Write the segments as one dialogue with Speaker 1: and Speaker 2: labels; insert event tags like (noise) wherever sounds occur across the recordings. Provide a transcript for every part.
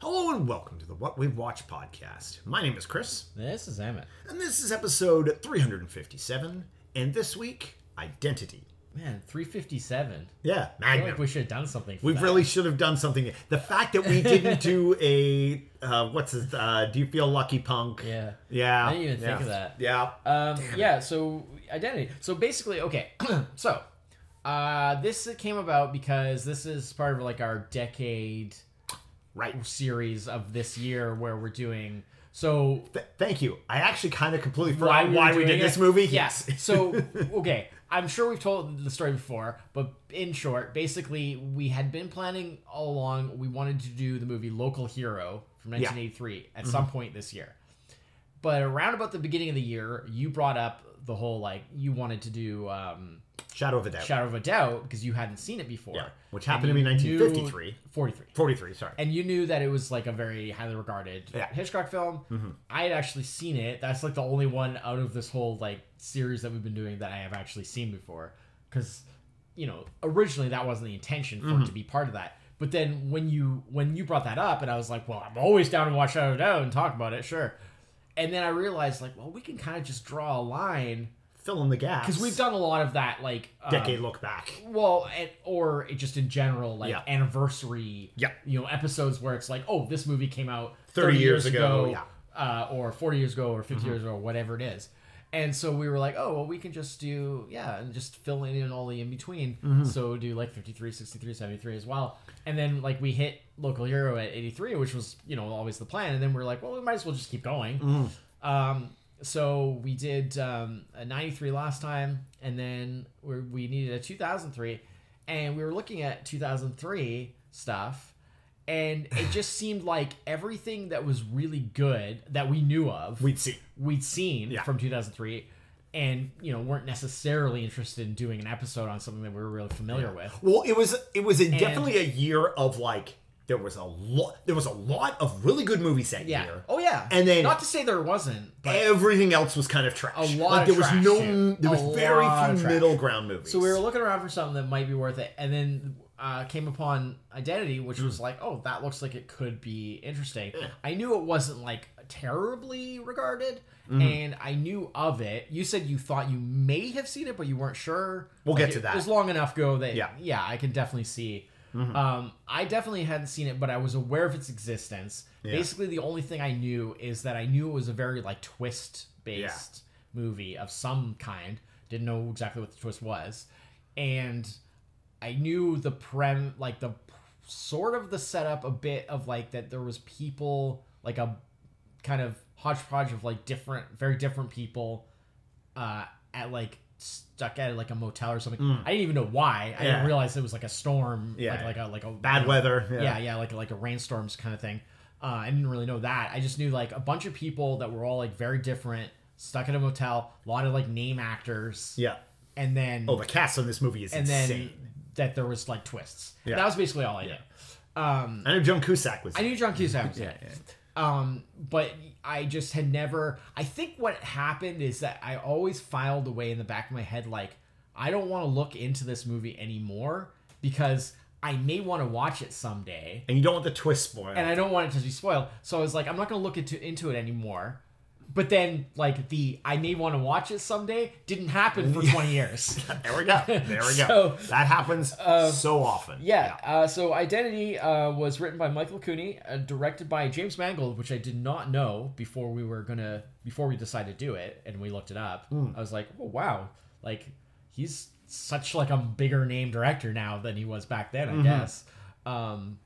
Speaker 1: Hello and welcome to the What We've Watched podcast. My name is Chris,
Speaker 2: This is Emmett.
Speaker 1: and this is episode 357. And this week, identity.
Speaker 2: Man, 357.
Speaker 1: Yeah,
Speaker 2: I feel like we
Speaker 1: Magnum.
Speaker 2: should have done something. For
Speaker 1: We
Speaker 2: that.
Speaker 1: really should have done something. The fact that we didn't
Speaker 2: (laughs)
Speaker 1: do a uh, what's his? Uh, do you feel lucky, punk?
Speaker 2: Yeah.
Speaker 1: yeah.
Speaker 2: I didn't even
Speaker 1: yeah.
Speaker 2: think of that.
Speaker 1: Yeah,
Speaker 2: Um, yeah. So identity. So basically, okay. (clears throat) so uh, this came about because this is part of like our decade
Speaker 1: right.
Speaker 2: series of this year where we're doing. So
Speaker 1: Th- thank you. I actually kind of completely forgot why we,
Speaker 2: were doing
Speaker 1: did this
Speaker 2: it.
Speaker 1: movie. (laughs)
Speaker 2: Yes. so okay, I'm sure we've told the story before, but in short, basically we had been planning all along. We wanted to do the movie Local Hero from 1983 at
Speaker 1: Mm-hmm.
Speaker 2: some point this year, but around about the beginning of the year, you brought up the whole like you wanted to do um,
Speaker 1: Shadow of a Doubt.
Speaker 2: Shadow of a Doubt because you hadn't seen it before,
Speaker 1: Yeah, which happened to
Speaker 2: you
Speaker 1: be 1953.
Speaker 2: knew- 43
Speaker 1: 43. Sorry.
Speaker 2: and you knew that it was like a very highly regarded
Speaker 1: Yeah.
Speaker 2: Hitchcock film. I had actually seen it. That's like the only one out of this whole like series that we've been doing that I have actually seen before. Because you know, originally that wasn't the intention for it to be part of that. But then when you when you brought that up, and I was like, well, I'm always down to watch Shadow of a Doubt and talk about it, sure. And then I realized like, well, we can kind of just draw a line
Speaker 1: Fill in the gaps.
Speaker 2: because we've done a lot of that like um,
Speaker 1: decade look back.
Speaker 2: well, and, or it just in general, like
Speaker 1: Yeah.
Speaker 2: anniversary,
Speaker 1: Yeah.
Speaker 2: you know, episodes where it's like, oh, this movie came out
Speaker 1: 30 years ago, Mm-hmm.
Speaker 2: uh, or 40 years ago, or 50 years ago, or whatever it is. And so we were like, oh, well, we can just do, yeah, and just fill in all the in between.
Speaker 1: Mm-hmm.
Speaker 2: So do like 53, 63, 73 as well. And then, like, we hit Local Hero at 83, which was, you know, always the plan. And then we're like, well, we might as well just keep going.
Speaker 1: Mm-hmm.
Speaker 2: Um, so we did um, a 93 last time, and then we we needed a 2003, and we were looking at 2003 stuff, and it just
Speaker 1: (sighs)
Speaker 2: seemed like everything that was really good that we knew of
Speaker 1: We'd see.
Speaker 2: we'd seen
Speaker 1: Yeah.
Speaker 2: from 2003, and you know weren't necessarily interested in doing an episode on something that we were really familiar with.
Speaker 1: Well, it was it was a, definitely a year of like there was a lot there was a lot of really good movies that
Speaker 2: Yeah.
Speaker 1: year.
Speaker 2: Oh yeah.
Speaker 1: And then-
Speaker 2: not to say there wasn't, but
Speaker 1: Everything else was kind of trash.
Speaker 2: A lot
Speaker 1: Like
Speaker 2: of
Speaker 1: there was
Speaker 2: trash,
Speaker 1: no
Speaker 2: too.
Speaker 1: there was
Speaker 2: A
Speaker 1: very
Speaker 2: lot of
Speaker 1: few
Speaker 2: trash.
Speaker 1: middle ground movies.
Speaker 2: So we were looking around for something that might be worth it, and then uh, came upon Identity, which
Speaker 1: Hmm.
Speaker 2: was like, oh, that looks like it could be interesting. I knew it wasn't like terribly regarded,
Speaker 1: Mm-hmm.
Speaker 2: and I knew of it. You said you thought you may have seen it, but you weren't sure.
Speaker 1: We'll get
Speaker 2: Like,
Speaker 1: to
Speaker 2: it
Speaker 1: that.
Speaker 2: was long enough ago that
Speaker 1: Yeah. Mm-hmm.
Speaker 2: yeah, I can definitely see. Um, I definitely hadn't seen it, but I was aware of its existence. Basically, the only thing I knew is that I knew it was a very like twist based movie of some kind. Didn't know exactly what the twist was, and I knew the prem like the sort of the setup a bit of like that there was people like a kind of hodgepodge of like different, very different people uh, at like stuck at like a motel or something. I didn't even know why. I
Speaker 1: Mm. Yeah.
Speaker 2: didn't realize it was like a storm,
Speaker 1: Yeah.
Speaker 2: like, like a like a
Speaker 1: bad weather.
Speaker 2: Yeah. yeah, like like a rainstorms kind of thing. Uh, I didn't really know that. I just knew like a bunch of people that were all like very different, stuck at a motel. A lot of like name actors,
Speaker 1: Yeah.
Speaker 2: and then
Speaker 1: Oh, the cast on this movie is
Speaker 2: and then
Speaker 1: insane.
Speaker 2: that there was like twists.
Speaker 1: Yeah.
Speaker 2: That was basically all I knew. Um,
Speaker 1: I know Joan Cusack was.
Speaker 2: I knew John Cusack was in it. Um, but I just had never. I think what happened is that I always filed away in the back of my head, like, I don't want to look into this movie anymore because I may want to watch it someday
Speaker 1: and you don't want the twist spoiled.
Speaker 2: and I don't want it to be spoiled. So I was like, I'm not going to look into, into it anymore. But then, like, the I may want to watch it someday didn't happen for 20 years.
Speaker 1: (laughs) there we go. There we go.
Speaker 2: (laughs) So- uh,
Speaker 1: that happens so often.
Speaker 2: Yeah. Uh, so Identity uh, was written by Michael Cooney, uh, directed by James Mangold, which I did not know before we were gonna before we decided to do it, and we looked it up.
Speaker 1: Hmm.
Speaker 2: I was like, oh wow, like he's such like a bigger name director now than he was back
Speaker 1: Mm-hmm.
Speaker 2: then, I guess. Um,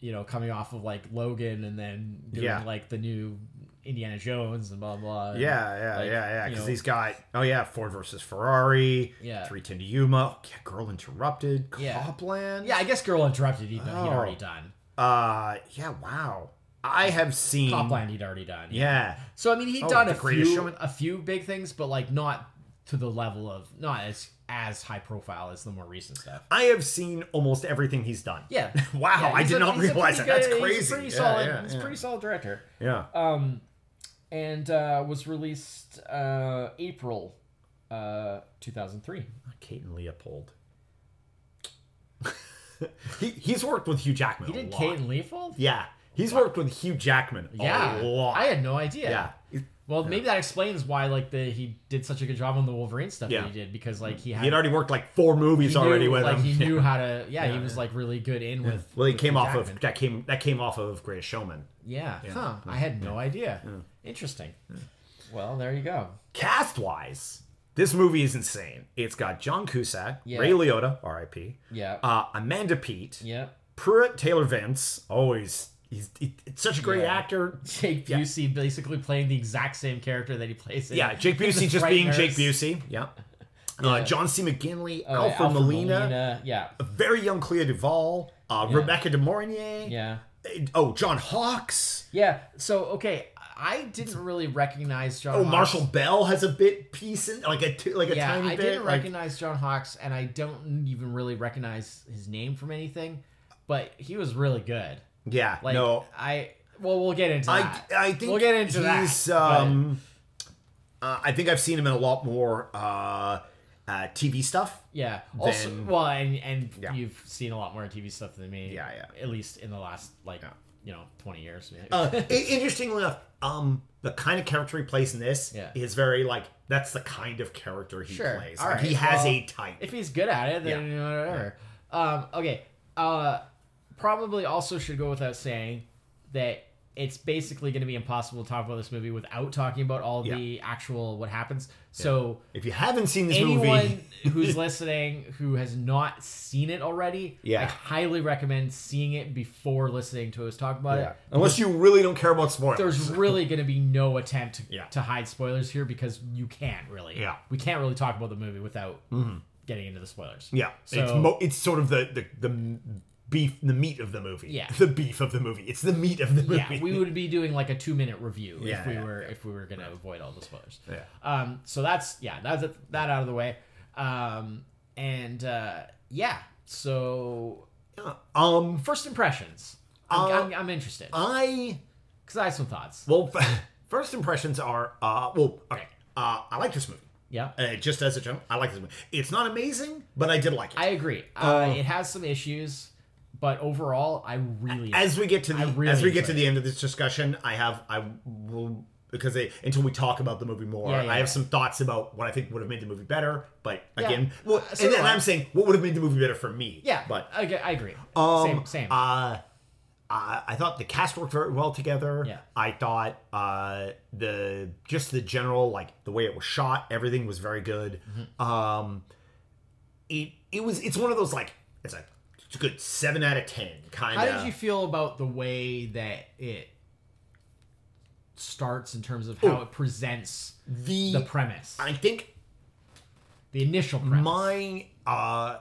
Speaker 2: you know, coming off of like Logan and then doing
Speaker 1: Yeah.
Speaker 2: like the new Indiana Jones and blah blah. and-
Speaker 1: Yeah, yeah,
Speaker 2: Like,
Speaker 1: yeah, yeah.
Speaker 2: you
Speaker 1: Because
Speaker 2: know.
Speaker 1: he's got oh yeah, Ford versus Ferrari,
Speaker 2: Yeah.
Speaker 1: three ten to Yuma, yeah, Girl Interrupted,
Speaker 2: Yeah.
Speaker 1: Copland.
Speaker 2: yeah. I guess Girl Interrupted. He'd,
Speaker 1: Oh.
Speaker 2: he'd already done.
Speaker 1: Uh, yeah. Wow. I have seen.
Speaker 2: Copland. He'd already done.
Speaker 1: Yeah.
Speaker 2: So I mean, he'd
Speaker 1: Oh,
Speaker 2: done
Speaker 1: The
Speaker 2: a
Speaker 1: Greatest
Speaker 2: few
Speaker 1: Showman?
Speaker 2: a few big things, but like not to the level of not as as high profile as the more recent stuff.
Speaker 1: I have seen almost everything he's done.
Speaker 2: (laughs) Yeah.
Speaker 1: (laughs) Wow,
Speaker 2: Yeah,
Speaker 1: I
Speaker 2: he's
Speaker 1: did
Speaker 2: a-
Speaker 1: not
Speaker 2: he's a
Speaker 1: realize that.
Speaker 2: pretty
Speaker 1: That's
Speaker 2: good-
Speaker 1: crazy.
Speaker 2: He's a pretty
Speaker 1: yeah,
Speaker 2: solid.
Speaker 1: Yeah,
Speaker 2: he's a
Speaker 1: yeah.
Speaker 2: pretty solid director.
Speaker 1: Yeah.
Speaker 2: Um, and uh, was released uh, April uh 2003.
Speaker 1: Kate and Leopold. (laughs) he, he's worked with Hugh Jackman.
Speaker 2: He
Speaker 1: a
Speaker 2: did
Speaker 1: lot.
Speaker 2: Kate and Leopold.
Speaker 1: Yeah. He's worked with Hugh Jackman
Speaker 2: yeah,
Speaker 1: a lot.
Speaker 2: I had no idea.
Speaker 1: yeah. He
Speaker 2: Well, maybe that explains why like the he did such a good job on the Wolverine stuff
Speaker 1: Yeah.
Speaker 2: that he did because like he had,
Speaker 1: had already worked like four movies
Speaker 2: he knew,
Speaker 1: already with
Speaker 2: like
Speaker 1: him.
Speaker 2: he
Speaker 1: Yeah.
Speaker 2: knew how to yeah, he was like really good in with
Speaker 1: Well, he
Speaker 2: with
Speaker 1: came
Speaker 2: Hugh
Speaker 1: off
Speaker 2: Jackman.
Speaker 1: of that came that came off of Greatest Showman.
Speaker 2: yeah, huh I had no idea interesting well there you go
Speaker 1: Cast wise, this movie is insane. It's got John Cusack,
Speaker 2: Yeah.
Speaker 1: Ray Liotta, R.I.P.,
Speaker 2: yeah
Speaker 1: uh, Amanda Peet,
Speaker 2: yeah (laughs)
Speaker 1: Pruitt Taylor Vince. Always, he's, he- it's such a great
Speaker 2: Yeah.
Speaker 1: actor.
Speaker 2: Jake Busey basically playing the exact same character that he plays in
Speaker 1: Yeah, Jake
Speaker 2: in (laughs) the
Speaker 1: Busey just being
Speaker 2: Frighteners.
Speaker 1: Jake Busey.
Speaker 2: (laughs)
Speaker 1: Yeah. Uh, John C. McGinley,
Speaker 2: Uh,
Speaker 1: Alfred, Molina,
Speaker 2: yeah
Speaker 1: a very young Clea Duvall, uh, Rebecca De Mornay.
Speaker 2: yeah
Speaker 1: Eh, Oh, John Hawks.
Speaker 2: yeah so okay I didn't really recognize John
Speaker 1: Oh,
Speaker 2: Hawkes.
Speaker 1: Marshall Bell has a bit piece in, like a t- like a
Speaker 2: yeah,
Speaker 1: tiny
Speaker 2: I
Speaker 1: bit.
Speaker 2: didn't
Speaker 1: like-
Speaker 2: recognize John Hawks, and I don't even really recognize his name from anything, but he was really good.
Speaker 1: yeah,
Speaker 2: Like
Speaker 1: no,
Speaker 2: I well, we'll get into
Speaker 1: I,
Speaker 2: that.
Speaker 1: I think
Speaker 2: we'll get into that,
Speaker 1: he's,
Speaker 2: but-
Speaker 1: Um, uh, I think I've seen him in a lot more uh, uh, TV stuff.
Speaker 2: yeah. Also,
Speaker 1: then-
Speaker 2: well, and and
Speaker 1: Yeah.
Speaker 2: you've seen a lot more TV stuff than me.
Speaker 1: Yeah, yeah.
Speaker 2: At least in the last like you know twenty years. Maybe.
Speaker 1: Uh, i- interestingly enough, um, the kind of character he plays in this
Speaker 2: Yeah.
Speaker 1: is very like that's the kind of character he
Speaker 2: Sure.
Speaker 1: plays.
Speaker 2: All
Speaker 1: Like, he
Speaker 2: right.
Speaker 1: has
Speaker 2: Well,
Speaker 1: a type.
Speaker 2: if he's good at it, then you know, whatever. Um, okay. Uh, probably also should go without saying that it's basically going to be impossible to talk about this movie without talking about all the actual what happens. So
Speaker 1: If you haven't seen this movie,
Speaker 2: anyone who's (laughs) listening who has not seen it already, I
Speaker 1: Yeah.
Speaker 2: highly recommend seeing it before listening to us talk about
Speaker 1: yeah.
Speaker 2: it.
Speaker 1: unless you really don't care about spoilers, (laughs)
Speaker 2: uh, There's really going to be no attempt to,
Speaker 1: Yeah.
Speaker 2: to hide spoilers here because you can't really.
Speaker 1: Yeah. Mm-hmm.
Speaker 2: We can't really talk about the movie without getting into the spoilers.
Speaker 1: yeah, it's
Speaker 2: So-
Speaker 1: mo- it's sort of the the. the Beef, the meat of the movie.
Speaker 2: Yeah.
Speaker 1: (laughs) the beef of the movie. It's the meat of the movie.
Speaker 2: (laughs) yeah, we would be doing like a two minute review if
Speaker 1: Yeah,
Speaker 2: we
Speaker 1: yeah,
Speaker 2: were if we were gonna avoid all the spoilers.
Speaker 1: (laughs) Yeah.
Speaker 2: Um. So that's yeah. That's it, that out of the way. Um. And uh, yeah. So
Speaker 1: Um,
Speaker 2: first impressions.
Speaker 1: Uh,
Speaker 2: I'm, I'm, I'm interested
Speaker 1: I
Speaker 2: because I have some thoughts.
Speaker 1: Well, (laughs) f- first impressions are uh, well, okay. Uh, I like this movie.
Speaker 2: Yeah.
Speaker 1: Uh, just as a general, I like this movie. It's not amazing, but I did like it.
Speaker 2: I agree. Uh, it has some issues, but overall, I really
Speaker 1: as we get to the
Speaker 2: really
Speaker 1: as we get to
Speaker 2: enjoyed
Speaker 1: the end of this discussion, I have I will because they, until we talk about the movie more,
Speaker 2: Yeah, yeah,
Speaker 1: I have
Speaker 2: yeah.
Speaker 1: some thoughts about what I think would have made the movie better. But again, well,
Speaker 2: so
Speaker 1: and
Speaker 2: do
Speaker 1: then
Speaker 2: I.
Speaker 1: I'm saying what would have made the movie better for me.
Speaker 2: yeah.
Speaker 1: but
Speaker 2: I, I agree. same same.
Speaker 1: Uh, I, I thought the cast worked very well together.
Speaker 2: Yeah.
Speaker 1: I thought uh, the just the general like the way it was shot, everything was very good.
Speaker 2: Mm-hmm.
Speaker 1: Um, it it was it's one of those like it's a, it's a good seven out of ten kind
Speaker 2: How
Speaker 1: of.
Speaker 2: did you feel about the way that it starts in terms of how it presents
Speaker 1: Oh. the,
Speaker 2: the premise,
Speaker 1: I think
Speaker 2: the initial premise?
Speaker 1: my uh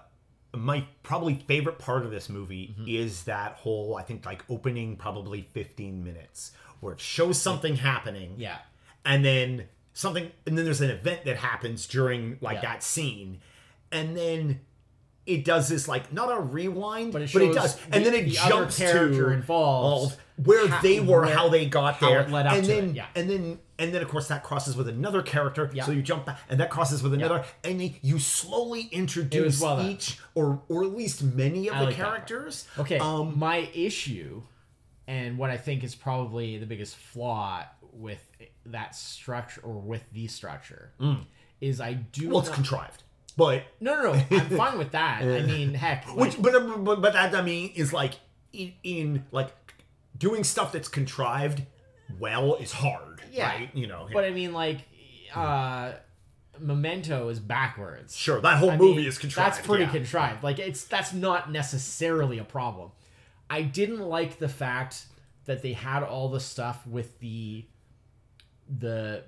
Speaker 1: my probably favorite part of this movie
Speaker 2: Mm-hmm.
Speaker 1: is that whole I think like opening probably fifteen minutes where it shows something happening.
Speaker 2: yeah,
Speaker 1: and then something and then there's an event that happens during like
Speaker 2: Yeah.
Speaker 1: that scene and then it does this like not a rewind but
Speaker 2: it
Speaker 1: it,
Speaker 2: shows
Speaker 1: does
Speaker 2: the-
Speaker 1: and then it
Speaker 2: the other
Speaker 1: jumps
Speaker 2: character
Speaker 1: to
Speaker 2: involved,
Speaker 1: of where
Speaker 2: how-
Speaker 1: they were
Speaker 2: where-
Speaker 1: how they got
Speaker 2: how
Speaker 1: there
Speaker 2: it led up
Speaker 1: and
Speaker 2: to
Speaker 1: then
Speaker 2: it, yeah.
Speaker 1: and then and then of course that crosses with another character
Speaker 2: Yeah.
Speaker 1: so you jump back and that crosses with another and then you slowly introduce
Speaker 2: well done.
Speaker 1: each or or at least many of
Speaker 2: I
Speaker 1: the
Speaker 2: like that part.
Speaker 1: characters
Speaker 2: Okay,
Speaker 1: um
Speaker 2: my issue, and what I think is probably the biggest flaw with that structure or with the structure, is I do
Speaker 1: Mm. well it's
Speaker 2: not-
Speaker 1: contrived but
Speaker 2: no, no, no.
Speaker 1: (laughs)
Speaker 2: I'm fine with that. I mean, heck, like,
Speaker 1: Which, but, but but that I mean is like in, in like doing stuff that's contrived well is hard.
Speaker 2: Yeah.
Speaker 1: right? you know.
Speaker 2: but I mean, like, uh, Memento is backwards.
Speaker 1: sure, that whole
Speaker 2: I
Speaker 1: movie
Speaker 2: mean,
Speaker 1: is contrived.
Speaker 2: That's pretty
Speaker 1: yeah.
Speaker 2: contrived. Like it's that's not necessarily a problem. I didn't like the fact that they had all the stuff with the the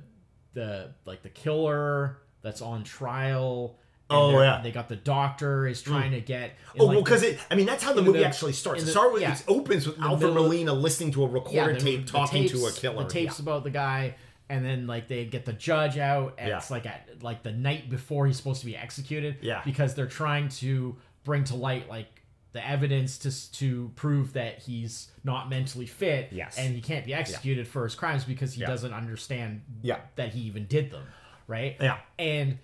Speaker 2: the like the killer that's on trial. and
Speaker 1: Oh,
Speaker 2: they're-
Speaker 1: yeah.
Speaker 2: They got the doctor is trying to get. in,
Speaker 1: Oh
Speaker 2: like,
Speaker 1: well,
Speaker 2: the-
Speaker 1: because it. I mean, that's how the movie
Speaker 2: middle-
Speaker 1: actually starts. It
Speaker 2: in the-
Speaker 1: starts with
Speaker 2: yeah.
Speaker 1: it opens with Alfred
Speaker 2: middle-
Speaker 1: Molina listening to a recorder
Speaker 2: the-
Speaker 1: tape
Speaker 2: the
Speaker 1: talking to a
Speaker 2: tapes-
Speaker 1: killer.
Speaker 2: The tapes about the guy, and then like they get the judge out, and
Speaker 1: Yeah.
Speaker 2: it's like at like the night before he's supposed to be executed.
Speaker 1: Yeah.
Speaker 2: because they're trying to bring to light like the evidence to s- to prove that he's not mentally fit.
Speaker 1: Yes.
Speaker 2: and he can't be executed for his crimes because he
Speaker 1: Yeah.
Speaker 2: doesn't understand.
Speaker 1: Yeah.
Speaker 2: that he even did them. Right.
Speaker 1: Yeah.
Speaker 2: and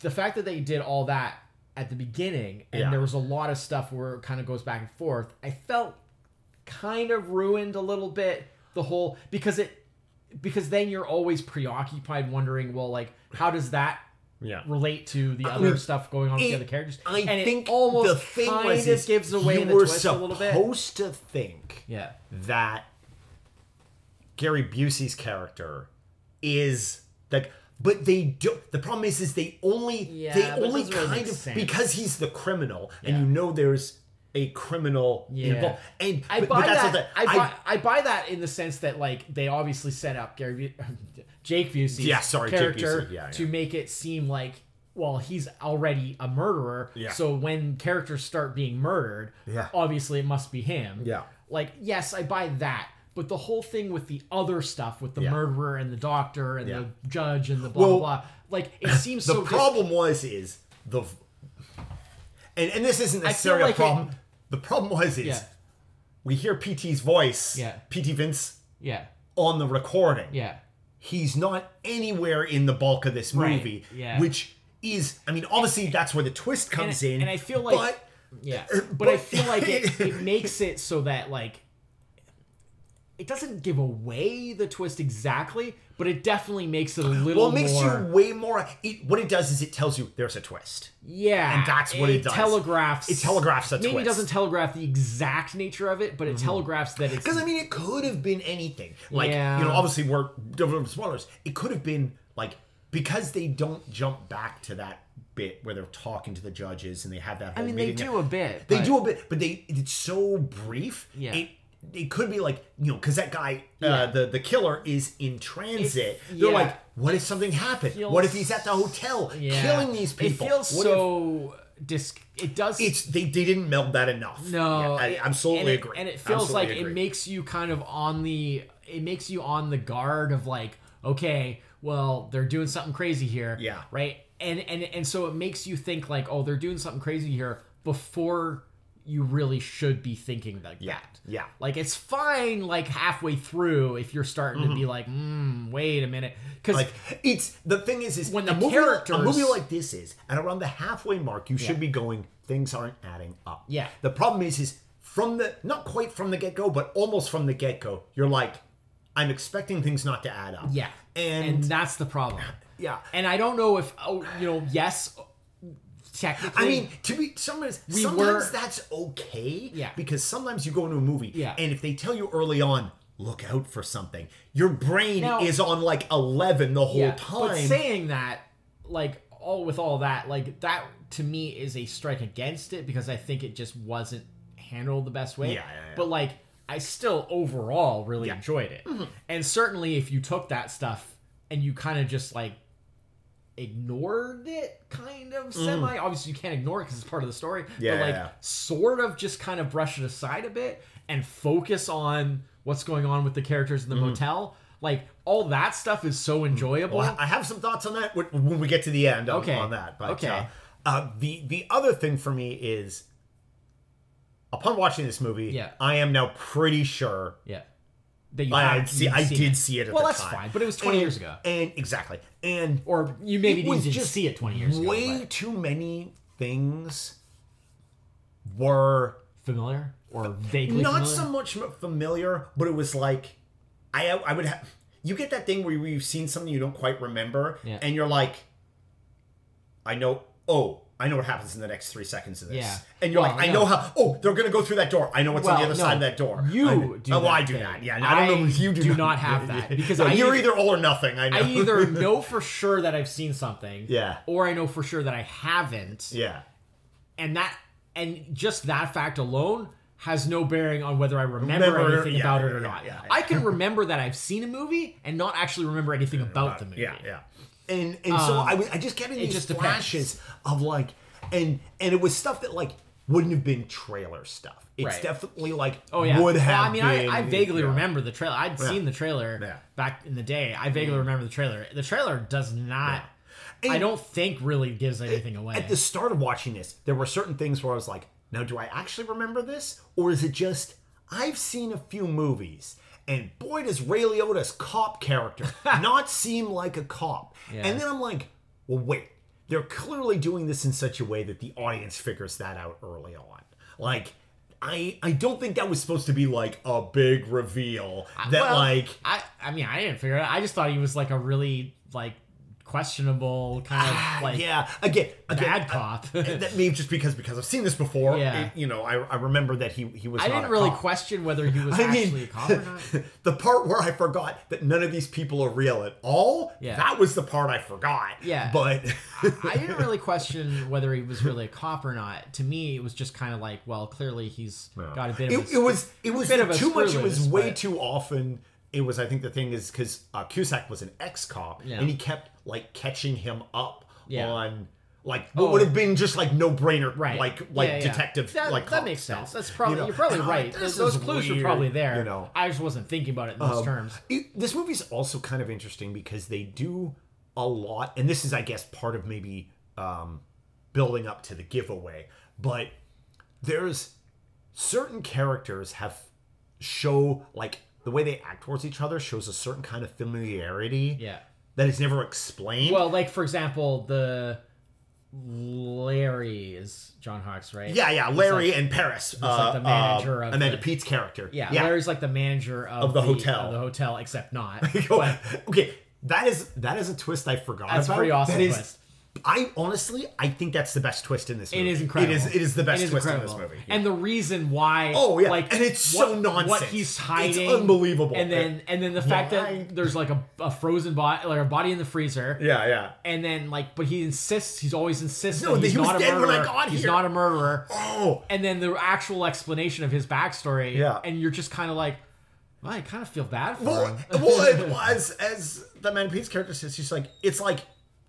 Speaker 2: the fact that they did all that at the beginning and
Speaker 1: Yeah.
Speaker 2: there was a lot of stuff where it kind of goes back and forth i felt kind of ruined a little bit the whole because it because then you're always preoccupied wondering, well, like how does that
Speaker 1: Yeah.
Speaker 2: relate to the other stuff going on with
Speaker 1: it-
Speaker 2: the other characters?
Speaker 1: I
Speaker 2: and
Speaker 1: think
Speaker 2: it almost
Speaker 1: the thing
Speaker 2: kind
Speaker 1: was
Speaker 2: of
Speaker 1: is
Speaker 2: gives away
Speaker 1: you
Speaker 2: the
Speaker 1: were
Speaker 2: twist a little bit.
Speaker 1: supposed to think
Speaker 2: Yeah.
Speaker 1: that Gary Busey's character is like but they do the problem is is they only
Speaker 2: Yeah,
Speaker 1: they
Speaker 2: but it
Speaker 1: only
Speaker 2: doesn't really
Speaker 1: kind
Speaker 2: make
Speaker 1: of
Speaker 2: sense.
Speaker 1: because he's the criminal and
Speaker 2: Yeah.
Speaker 1: you know there's a criminal
Speaker 2: Yeah.
Speaker 1: involved and
Speaker 2: I
Speaker 1: but,
Speaker 2: buy
Speaker 1: but that's not
Speaker 2: that.
Speaker 1: the-
Speaker 2: I, buy, I buy that in the sense that like they obviously set up Gary, Bu- (laughs) Jake Busey's
Speaker 1: Yeah, sorry, Jake
Speaker 2: character
Speaker 1: Busey. Yeah, yeah.
Speaker 2: to make it seem like well he's already a murderer.
Speaker 1: Yeah.
Speaker 2: So when characters start being murdered,
Speaker 1: Yeah.
Speaker 2: obviously it must be him.
Speaker 1: Yeah.
Speaker 2: Like yes, I buy that. But the whole thing with the other stuff with the
Speaker 1: Yeah.
Speaker 2: murderer and the doctor and
Speaker 1: Yeah.
Speaker 2: the judge and the blah
Speaker 1: Well,
Speaker 2: blah blah, like it
Speaker 1: (laughs)
Speaker 2: seems
Speaker 1: the
Speaker 2: so. dis-
Speaker 1: problem was is the and, and this isn't necessarily
Speaker 2: like
Speaker 1: a
Speaker 2: it-
Speaker 1: problem the problem was is
Speaker 2: yeah,
Speaker 1: we hear pt's voice
Speaker 2: Yeah.
Speaker 1: pt vince
Speaker 2: yeah,
Speaker 1: on the recording
Speaker 2: yeah.
Speaker 1: he's not anywhere in the bulk of this
Speaker 2: Right,
Speaker 1: movie
Speaker 2: yeah.
Speaker 1: which is i mean obviously that's where the twist comes
Speaker 2: and,
Speaker 1: in
Speaker 2: and I feel like
Speaker 1: but
Speaker 2: yeah,
Speaker 1: uh,
Speaker 2: but, I
Speaker 1: but-
Speaker 2: feel like
Speaker 1: (laughs)
Speaker 2: it, it makes it so that like it doesn't give away the twist exactly, but it definitely makes it a little
Speaker 1: well it makes
Speaker 2: more.
Speaker 1: you way more it, what it does is it tells you there's a twist
Speaker 2: yeah,
Speaker 1: and that's what it does.
Speaker 2: Telegraphs.
Speaker 1: It telegraphs a
Speaker 2: Maybe
Speaker 1: twist. Mm-hmm.
Speaker 2: it doesn't telegraph the exact nature of it, but it telegraphs that it's
Speaker 1: because i mean it could have been anything like
Speaker 2: Yeah.
Speaker 1: you know obviously we're developing spoilers it could have been like because they don't jump back to that bit where they're talking to the judges and they have that
Speaker 2: I
Speaker 1: whole
Speaker 2: mean, they
Speaker 1: meeting.
Speaker 2: do a bit.
Speaker 1: They
Speaker 2: but-
Speaker 1: do a bit, but they it's so brief.
Speaker 2: Yeah.
Speaker 1: It, it could be like you know because that guy
Speaker 2: Yeah.
Speaker 1: uh, the the killer is in transit.
Speaker 2: It-
Speaker 1: They're
Speaker 2: yeah.
Speaker 1: like, what if something happened?
Speaker 2: feels-
Speaker 1: what if he's at the hotel
Speaker 2: Yeah.
Speaker 1: killing these people?
Speaker 2: It feels
Speaker 1: What if-
Speaker 2: so dis. It does.
Speaker 1: it's they, they didn't meld that enough.
Speaker 2: No,
Speaker 1: yeah, I
Speaker 2: it-
Speaker 1: absolutely
Speaker 2: and it-
Speaker 1: agree.
Speaker 2: And it feels
Speaker 1: Absolutely
Speaker 2: like
Speaker 1: agree.
Speaker 2: it makes you kind of on the it makes you on the guard of like, okay, well, they're doing something crazy here.
Speaker 1: Yeah.
Speaker 2: Right? And and and so it makes you think like, oh, they're doing something crazy here before you really should be thinking like
Speaker 1: yeah
Speaker 2: that.
Speaker 1: yeah
Speaker 2: Like it's fine like halfway through if you're starting to be like, mm, wait a minute, because
Speaker 1: Mm-hmm. like it's the thing is is
Speaker 2: When
Speaker 1: a
Speaker 2: the
Speaker 1: movie, like- a
Speaker 2: characters-
Speaker 1: movie like this is at around the halfway mark you should be going things aren't adding up
Speaker 2: Yeah.
Speaker 1: the problem is is from the not quite from the get-go but almost from the get-go you're like i'm expecting things not to add up
Speaker 2: yeah,
Speaker 1: and,
Speaker 2: and that's the problem.
Speaker 1: yeah
Speaker 2: And I don't know if oh, you know, yes, technically,
Speaker 1: I mean, to be sometimes
Speaker 2: We
Speaker 1: sometimes
Speaker 2: were-
Speaker 1: that's okay.
Speaker 2: Yeah.
Speaker 1: Because sometimes you go into a movie
Speaker 2: Yeah.
Speaker 1: and if they tell you early on, look out for something, your brain
Speaker 2: Now-
Speaker 1: is on like eleven the whole time.
Speaker 2: But saying that, like all with all that, like that to me is a strike against it because I think it just wasn't handled the best way.
Speaker 1: Yeah, yeah, yeah.
Speaker 2: But like I still overall really enjoyed it.
Speaker 1: Mm-hmm.
Speaker 2: And certainly if you took that stuff and you kind of just like ignored it kind of semi obviously you can't ignore it because it's part of the story
Speaker 1: Mm. Yeah,
Speaker 2: but like
Speaker 1: yeah, yeah.
Speaker 2: sort of just kind of brush it aside a bit and focus on what's going on with the characters in the
Speaker 1: Mm-hmm.
Speaker 2: motel like all that stuff is so enjoyable
Speaker 1: Mm. Well, I have some thoughts on that wh- when we get to the end on,
Speaker 2: Okay.
Speaker 1: on that. But
Speaker 2: Okay.
Speaker 1: uh, uh, the the other thing for me is, upon watching this movie,
Speaker 2: Yeah.
Speaker 1: I am now pretty sure
Speaker 2: yeah that you
Speaker 1: I
Speaker 2: have-
Speaker 1: see
Speaker 2: you've
Speaker 1: I
Speaker 2: seen
Speaker 1: did
Speaker 2: it.
Speaker 1: see it at
Speaker 2: well
Speaker 1: the
Speaker 2: that's
Speaker 1: time.
Speaker 2: fine but it was 20
Speaker 1: And-
Speaker 2: years ago
Speaker 1: and exactly and
Speaker 2: or you maybe
Speaker 1: it was
Speaker 2: didn't even
Speaker 1: just
Speaker 2: see it 20 years
Speaker 1: way
Speaker 2: ago but
Speaker 1: too many things were
Speaker 2: familiar or vaguely
Speaker 1: not
Speaker 2: familiar?
Speaker 1: so much m- familiar, but it was like I I would have you get that thing where you've seen something you don't quite remember,
Speaker 2: Yeah.
Speaker 1: and you're like, I know. Oh, I know what happens in the next three seconds of this.
Speaker 2: Yeah.
Speaker 1: And you're
Speaker 2: Well,
Speaker 1: like, I
Speaker 2: no.
Speaker 1: know how. Oh, they're gonna go through that door. I know what's on the
Speaker 2: Well,
Speaker 1: other
Speaker 2: no.
Speaker 1: side of that door.
Speaker 2: You
Speaker 1: I,
Speaker 2: do
Speaker 1: Oh,
Speaker 2: that
Speaker 1: I do
Speaker 2: thing.
Speaker 1: that. Yeah. I don't know.
Speaker 2: I
Speaker 1: if (laughs) You do,
Speaker 2: do not have that,
Speaker 1: (laughs)
Speaker 2: because
Speaker 1: No,
Speaker 2: I
Speaker 1: you're
Speaker 2: eith-
Speaker 1: either all or nothing. I know.
Speaker 2: I
Speaker 1: (laughs)
Speaker 2: either know for sure that I've seen something,
Speaker 1: Yeah.
Speaker 2: or I know for sure that I haven't,
Speaker 1: yeah.
Speaker 2: and that and just that fact alone has no bearing on whether I remember,
Speaker 1: Remember-
Speaker 2: anything
Speaker 1: yeah,
Speaker 2: about it
Speaker 1: yeah,
Speaker 2: or
Speaker 1: yeah,
Speaker 2: not.
Speaker 1: yeah, yeah. (laughs)
Speaker 2: I can remember that I've seen a movie and not actually remember anything about the movie. Um,
Speaker 1: Yeah, yeah. And and so I was I just kept in these
Speaker 2: just depends.
Speaker 1: flashes of like and and it was stuff that like wouldn't have been trailer stuff. It's
Speaker 2: Right.
Speaker 1: definitely like
Speaker 2: Oh yeah.
Speaker 1: would
Speaker 2: Well,
Speaker 1: have.
Speaker 2: I mean, I,
Speaker 1: been-
Speaker 2: I vaguely
Speaker 1: yeah.
Speaker 2: remember the trailer. I'd seen the trailer
Speaker 1: Yeah. Mm-hmm.
Speaker 2: back in the day. I vaguely remember the trailer. The trailer does not. I
Speaker 1: And-
Speaker 2: don't think really gives anything away.
Speaker 1: At the start of watching this, there were certain things where I was like, now do I actually remember this, or is it just I've seen a few movies. And boy, does Ray Liotta's cop
Speaker 2: (laughs)
Speaker 1: character not seem like a cop. And then I'm like, well, wait, they're clearly doing this in such a way that the audience figures that out early on. Like, I I don't think that was supposed to be like a big reveal that
Speaker 2: Well,
Speaker 1: like
Speaker 2: I I mean I didn't figure it out. I just thought he was like a really like questionable kind of like
Speaker 1: Ah, yeah again again
Speaker 2: bad
Speaker 1: I- (laughs)
Speaker 2: cop.
Speaker 1: and that may just because because I've seen this before.
Speaker 2: Yeah.
Speaker 1: it- you know, I, I remember that he he was.
Speaker 2: I
Speaker 1: not
Speaker 2: didn't
Speaker 1: a
Speaker 2: really
Speaker 1: cop.
Speaker 2: question whether he was
Speaker 1: (laughs) I
Speaker 2: actually
Speaker 1: mean,
Speaker 2: a cop or
Speaker 1: (laughs)
Speaker 2: not.
Speaker 1: the part where I forgot that none of these people are real at all.
Speaker 2: Yeah.
Speaker 1: that was the part I forgot.
Speaker 2: Yeah. (laughs)
Speaker 1: but
Speaker 2: I didn't really question whether he was really a cop or not. To me, it was just kind of like, well, clearly he's got a bit of.
Speaker 1: (laughs) it,
Speaker 2: a
Speaker 1: it was it was
Speaker 2: bit of a
Speaker 1: too much. It
Speaker 2: screw
Speaker 1: was
Speaker 2: loose,
Speaker 1: way
Speaker 2: but-
Speaker 1: too often. It was I think the thing is because uh, Cusack was an ex cop
Speaker 2: Yeah.
Speaker 1: and he kept like catching him up
Speaker 2: Yeah.
Speaker 1: on. Like what
Speaker 2: Oh.
Speaker 1: would have been just like no brainer,
Speaker 2: Right.
Speaker 1: Like like
Speaker 2: Yeah, yeah.
Speaker 1: detective,
Speaker 2: That,
Speaker 1: like
Speaker 2: that
Speaker 1: cop
Speaker 2: makes
Speaker 1: stuff,
Speaker 2: sense. That's probably
Speaker 1: you know?
Speaker 2: you are probably
Speaker 1: (laughs) And I'm like,
Speaker 2: right.
Speaker 1: this
Speaker 2: Those, those
Speaker 1: is
Speaker 2: clues
Speaker 1: weird,
Speaker 2: were probably there.
Speaker 1: You know, Um,
Speaker 2: I just wasn't thinking about it in those terms.
Speaker 1: It- this movie's also kind of interesting because they do a lot, and this is, I guess, part of maybe um, building up to the giveaway. But there's certain characters have show like the way they act towards each other shows a certain kind of familiarity
Speaker 2: Yeah.
Speaker 1: that is never explained.
Speaker 2: Well, like for example, the Larry is John Hawks, right?
Speaker 1: yeah, yeah, Larry and Paris, uh,
Speaker 2: like the manager
Speaker 1: uh,
Speaker 2: of
Speaker 1: Amanda
Speaker 2: the-
Speaker 1: Pete's character.
Speaker 2: Yeah, Larry's like the manager of,
Speaker 1: the hotel.
Speaker 2: of the hotel, except not.
Speaker 1: (laughs) okay, that is that is a twist I forgot
Speaker 2: That's a
Speaker 1: about.
Speaker 2: pretty awesome
Speaker 1: That is-
Speaker 2: twist.
Speaker 1: I honestly, I think that's the best twist in this
Speaker 2: It
Speaker 1: movie.
Speaker 2: is incredible.
Speaker 1: It is, it is the best
Speaker 2: It is
Speaker 1: twist in
Speaker 2: incredible.
Speaker 1: this movie.
Speaker 2: And the reason why,
Speaker 1: Oh, yeah.
Speaker 2: like,
Speaker 1: And it's
Speaker 2: what,
Speaker 1: so nonsense.
Speaker 2: What he's
Speaker 1: It's
Speaker 2: hiding,
Speaker 1: unbelievable.
Speaker 2: And then, and then the fact
Speaker 1: Why?
Speaker 2: that there's like a, a frozen body, like a body in the freezer,
Speaker 1: yeah, yeah.
Speaker 2: and then like, but he insists. He's always insists.
Speaker 1: No,
Speaker 2: that
Speaker 1: that
Speaker 2: he's
Speaker 1: he was
Speaker 2: not a
Speaker 1: dead
Speaker 2: murderer.
Speaker 1: when I got
Speaker 2: he's
Speaker 1: here.
Speaker 2: not a murderer.
Speaker 1: Oh,
Speaker 2: And then the actual explanation of his backstory.
Speaker 1: Yeah.
Speaker 2: and you're just kind of like, well, I kind of feel bad for
Speaker 1: well,
Speaker 2: him.
Speaker 1: (laughs) well
Speaker 2: (laughs)
Speaker 1: it was as the man Pete's character says. He's like, it's like.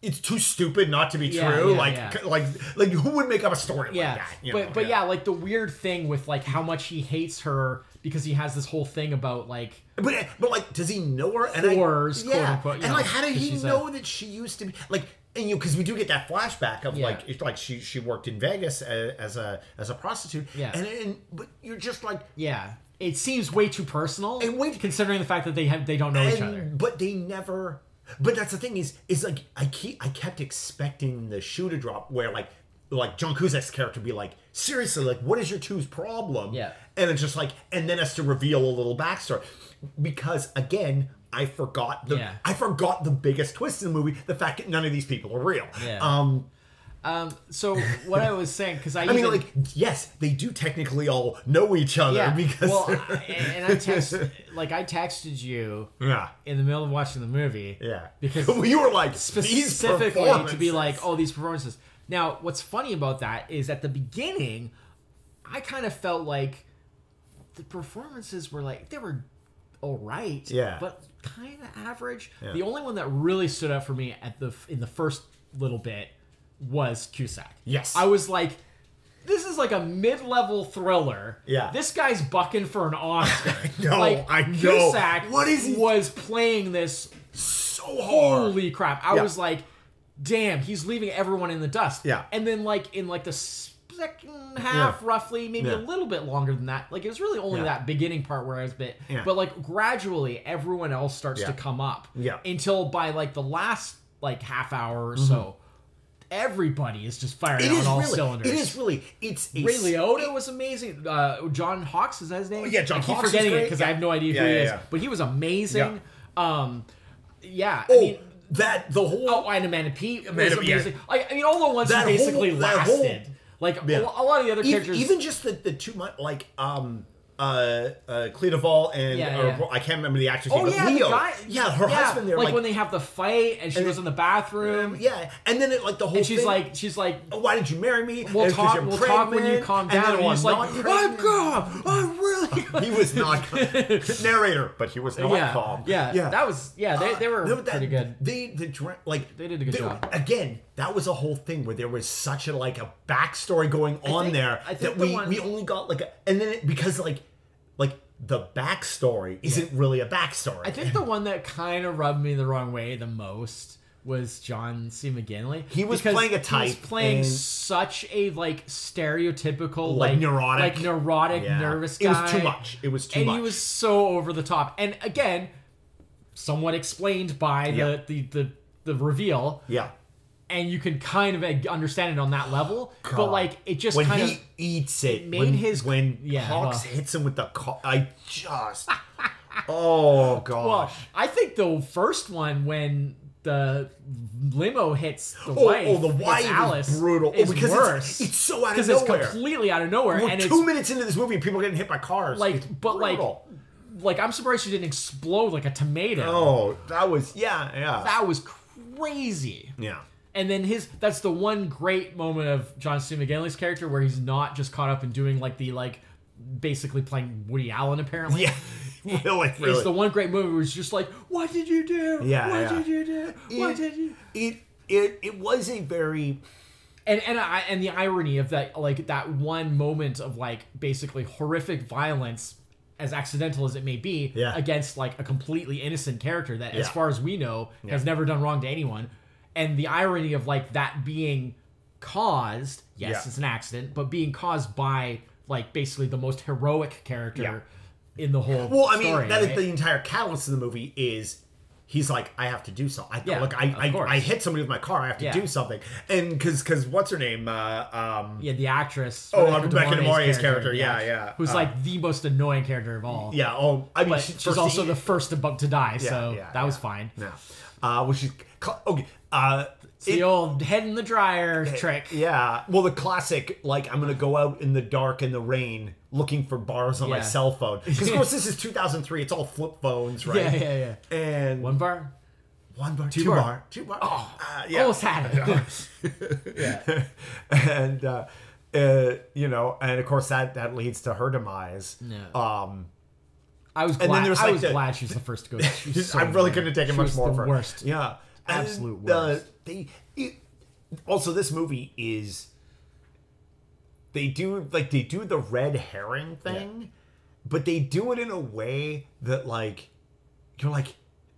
Speaker 1: It's too stupid not to be
Speaker 2: Yeah,
Speaker 1: true.
Speaker 2: yeah,
Speaker 1: like,
Speaker 2: yeah.
Speaker 1: c- like, like, who would make up a story
Speaker 2: yeah,
Speaker 1: like that? you
Speaker 2: but
Speaker 1: know?
Speaker 2: but yeah. like the weird thing with like how much he hates her because he has this whole thing about like
Speaker 1: But but like, does he know her? And
Speaker 2: Whores,
Speaker 1: I,
Speaker 2: quote unquote, you
Speaker 1: and
Speaker 2: know,
Speaker 1: like, how did
Speaker 2: 'cause
Speaker 1: he
Speaker 2: she's a-
Speaker 1: know that she used to be like? And you because we do get that flashback of
Speaker 2: Yeah.
Speaker 1: like it's like she she worked in Vegas as, as a as a prostitute.
Speaker 2: Yeah.
Speaker 1: And, and but you're just like
Speaker 2: yeah, it seems way too personal.
Speaker 1: And wait-
Speaker 2: considering the fact that they have they don't know each
Speaker 1: and-
Speaker 2: other.
Speaker 1: But they never. But that's the thing is is like I keep I kept expecting the shoe to drop where like like John Cusack's character be like seriously like what is your two's problem?
Speaker 2: Yeah.
Speaker 1: and it's just like and then has to reveal a little backstory because again. I forgot the
Speaker 2: Yeah.
Speaker 1: I forgot the biggest twist in the movie: the fact that none of these people are real.
Speaker 2: Yeah.
Speaker 1: Um,
Speaker 2: Um, so what I was saying because (laughs) I,
Speaker 1: I mean,
Speaker 2: even-
Speaker 1: like, yes, they do technically all know each other
Speaker 2: (laughs) yeah,
Speaker 1: because
Speaker 2: well, I- and, and I text like I texted you
Speaker 1: (laughs) yeah,
Speaker 2: in the middle of watching the (laughs) movie.
Speaker 1: yeah,
Speaker 2: because
Speaker 1: (laughs) you were like these
Speaker 2: specifically to be
Speaker 1: performances.
Speaker 2: like, oh, these performances. Now, what's funny about that is at the beginning, I kind of felt like the performances were like they were all right,
Speaker 1: Yeah.
Speaker 2: but kind of average.
Speaker 1: Yeah.
Speaker 2: The only one that really stood out for me at the in the first little bit was Cusack.
Speaker 1: Yes.
Speaker 2: I was like. This is like a mid-level thriller.
Speaker 1: Yeah.
Speaker 2: this guy's bucking for an Oscar.
Speaker 1: (laughs) know,
Speaker 2: like,
Speaker 1: I know.
Speaker 2: Cusack
Speaker 1: What is he-
Speaker 2: was playing this
Speaker 1: so hard.
Speaker 2: holy crap i
Speaker 1: Yeah.
Speaker 2: was like damn he's leaving everyone in the dust
Speaker 1: Yeah.
Speaker 2: and then like in like the second half
Speaker 1: Yeah.
Speaker 2: roughly maybe a
Speaker 1: Yeah.
Speaker 2: little bit longer than that like it was really only
Speaker 1: Yeah.
Speaker 2: that beginning part where i was a bit
Speaker 1: Yeah.
Speaker 2: but like gradually everyone else starts
Speaker 1: Yeah.
Speaker 2: to come up
Speaker 1: Yeah. Mm-hmm.
Speaker 2: until by like the last like half hour or so everybody is just firing
Speaker 1: It
Speaker 2: on
Speaker 1: is
Speaker 2: all
Speaker 1: really.
Speaker 2: cylinders uh,
Speaker 1: It is really. It's a
Speaker 2: Ray Liotta was amazing. Uh, John Hawks is that his name?
Speaker 1: yeah, John
Speaker 2: I keep
Speaker 1: Hawkes is
Speaker 2: forgetting it
Speaker 1: great.
Speaker 2: because
Speaker 1: Yeah.
Speaker 2: I have no idea who
Speaker 1: Yeah,
Speaker 2: he
Speaker 1: yeah,
Speaker 2: is,
Speaker 1: yeah.
Speaker 2: but he was amazing. Um, yeah. I
Speaker 1: Oh,
Speaker 2: mean,
Speaker 1: that the whole.
Speaker 2: Oh, and Amanda Pete was
Speaker 1: Amanda- yeah.
Speaker 2: amazing. Like, I mean, all the ones
Speaker 1: That
Speaker 2: who basically
Speaker 1: whole- that whole-
Speaker 2: lasted. like a-
Speaker 1: Yeah.
Speaker 2: a, lot of the other
Speaker 1: Ev-
Speaker 2: characters.
Speaker 1: even just the the two month like um uh uh Cleoval and
Speaker 2: Yeah,
Speaker 1: or-
Speaker 2: yeah.
Speaker 1: I can't remember the actor's
Speaker 2: oh
Speaker 1: name.
Speaker 2: yeah,
Speaker 1: but
Speaker 2: the
Speaker 1: Leo.
Speaker 2: guy-
Speaker 1: yeah, her husband there.
Speaker 2: Like,
Speaker 1: Like,
Speaker 2: when they have the fight, and she goes in the bathroom,
Speaker 1: yeah, and then it like the whole.
Speaker 2: and she's
Speaker 1: thing,
Speaker 2: like, she's like,
Speaker 1: "Oh, why did you marry me?
Speaker 2: we'll
Speaker 1: It's 'cause
Speaker 2: talk,
Speaker 1: you're
Speaker 2: we'll talk when you
Speaker 1: pregnant."
Speaker 2: calm
Speaker 1: And
Speaker 2: down.
Speaker 1: then
Speaker 2: And he's
Speaker 1: I'm
Speaker 2: like,
Speaker 1: not
Speaker 2: I'm
Speaker 1: pregnant.
Speaker 2: calm, I'm really.
Speaker 1: He was not
Speaker 2: (laughs)
Speaker 1: calm. narrator, but (laughs) he was not
Speaker 2: yeah,
Speaker 1: calm.
Speaker 2: (laughs) yeah, That was yeah. They, they were
Speaker 1: No, that-
Speaker 2: pretty good.
Speaker 1: They the dra- like
Speaker 2: They did a good job.
Speaker 1: Again, that was a whole thing where there was such a like a backstory going on
Speaker 2: think-
Speaker 1: there
Speaker 2: I think
Speaker 1: that
Speaker 2: the
Speaker 1: we
Speaker 2: one-
Speaker 1: we only got like a and then it, because like like the backstory isn't really a backstory.
Speaker 2: I think the one that kind of rubbed me the wrong way the most was John C. McGinley.
Speaker 1: He was
Speaker 2: because
Speaker 1: playing a
Speaker 2: He was
Speaker 1: type
Speaker 2: playing
Speaker 1: and-
Speaker 2: such a like stereotypical,
Speaker 1: Like
Speaker 2: like,
Speaker 1: neurotic.
Speaker 2: like neurotic,
Speaker 1: Yeah.
Speaker 2: nervous guy.
Speaker 1: It was too much. It was too
Speaker 2: and
Speaker 1: much.
Speaker 2: he was so over the top. And again, somewhat explained by
Speaker 1: Yeah.
Speaker 2: the, the the the reveal.
Speaker 1: yeah.
Speaker 2: and you can kind of like, understand it on that level. But
Speaker 1: God.
Speaker 2: like it just
Speaker 1: when
Speaker 2: kind
Speaker 1: he
Speaker 2: of
Speaker 1: eats it,
Speaker 2: made
Speaker 1: when
Speaker 2: his-
Speaker 1: when
Speaker 2: yeah,
Speaker 1: Hawks
Speaker 2: well.
Speaker 1: hits him with the co- I
Speaker 2: (laughs)
Speaker 1: just oh
Speaker 2: well,
Speaker 1: gosh.
Speaker 2: I think the first one when the limo hits the
Speaker 1: Oh,
Speaker 2: wife,
Speaker 1: oh, the
Speaker 2: hits
Speaker 1: wife
Speaker 2: Alice
Speaker 1: is brutal.
Speaker 2: Is
Speaker 1: oh, because
Speaker 2: worse
Speaker 1: It's, it's so out of
Speaker 2: because
Speaker 1: nowhere.
Speaker 2: it's completely out of nowhere,
Speaker 1: We're
Speaker 2: and
Speaker 1: two
Speaker 2: it's
Speaker 1: minutes into this movie, and people are getting hit by cars.
Speaker 2: like,
Speaker 1: It's
Speaker 2: but
Speaker 1: brutal.
Speaker 2: like, like I'm surprised you didn't explode like a tomato.
Speaker 1: oh, that was yeah, yeah,
Speaker 2: That was crazy. (laughs)
Speaker 1: yeah.
Speaker 2: And then his that's the one great moment of John C. McGinley's character where he's not just caught up in doing like the like basically playing Woody Allen apparently.
Speaker 1: (laughs) Yeah, really, really.
Speaker 2: It's the one great movie where it's just like, What did you do?
Speaker 1: Yeah,
Speaker 2: What
Speaker 1: yeah.
Speaker 2: did you do? What
Speaker 1: it,
Speaker 2: did you
Speaker 1: it it it was a very
Speaker 2: and and I and the irony of that like that one moment of like basically horrific violence as accidental as it may be
Speaker 1: Yeah.
Speaker 2: against like a completely innocent character that as
Speaker 1: Yeah.
Speaker 2: far as we know has never done wrong to anyone and the irony of like that being caused yes
Speaker 1: Yeah.
Speaker 2: it's an accident but being caused by like basically the most heroic character in the whole
Speaker 1: well. I mean,
Speaker 2: story,
Speaker 1: that is
Speaker 2: right?
Speaker 1: the entire catalyst of the movie is. He's like, I have to do something. I,
Speaker 2: Yeah,
Speaker 1: look,
Speaker 2: of
Speaker 1: I,
Speaker 2: course.
Speaker 1: I, I hit somebody with my car. I have to
Speaker 2: Yeah.
Speaker 1: do something. And because, because what's her name? Uh, um,
Speaker 2: yeah the actress
Speaker 1: Oh,
Speaker 2: Rebecca
Speaker 1: Rebecca De Mornay's character, yeah, yeah.
Speaker 2: who's
Speaker 1: Uh,
Speaker 2: like the most annoying character of all
Speaker 1: Yeah. Oh, I mean,
Speaker 2: but
Speaker 1: she-
Speaker 2: she's
Speaker 1: first
Speaker 2: also
Speaker 1: he-
Speaker 2: the first to bump to die, so
Speaker 1: yeah,
Speaker 2: that was fine.
Speaker 1: Yeah. Uh, which is cl- okay. Uh,
Speaker 2: The
Speaker 1: it-
Speaker 2: old head in the dryer trick.
Speaker 1: yeah. Well, the classic, like I'm gonna go out in the dark and the rain looking for bars on my
Speaker 2: Yeah.
Speaker 1: cell phone. Because
Speaker 2: (laughs)
Speaker 1: of course this is 2003. It's all flip phones, right?
Speaker 2: Yeah, yeah, yeah.
Speaker 1: And
Speaker 2: One bar.
Speaker 1: one bar, two,
Speaker 2: bar.
Speaker 1: bar. two bar. Oh, uh, yeah.
Speaker 2: Almost had it.
Speaker 1: (laughs) and uh, uh, you know, and of course that that leads to her demise.
Speaker 2: No.
Speaker 1: Um,
Speaker 2: (laughs) I was glad.
Speaker 1: then there was,
Speaker 2: I
Speaker 1: like,
Speaker 2: was
Speaker 1: the-
Speaker 2: glad she was the first to go. She
Speaker 1: (laughs)
Speaker 2: was so
Speaker 1: I really
Speaker 2: weird.
Speaker 1: couldn't have taken
Speaker 2: She
Speaker 1: much
Speaker 2: was
Speaker 1: more
Speaker 2: the
Speaker 1: for
Speaker 2: worst.
Speaker 1: It. Yeah, And
Speaker 2: Absolute
Speaker 1: the-
Speaker 2: worst.
Speaker 1: they it, also this movie is they do like they do the red herring thing, but they do it in a way that like you're like.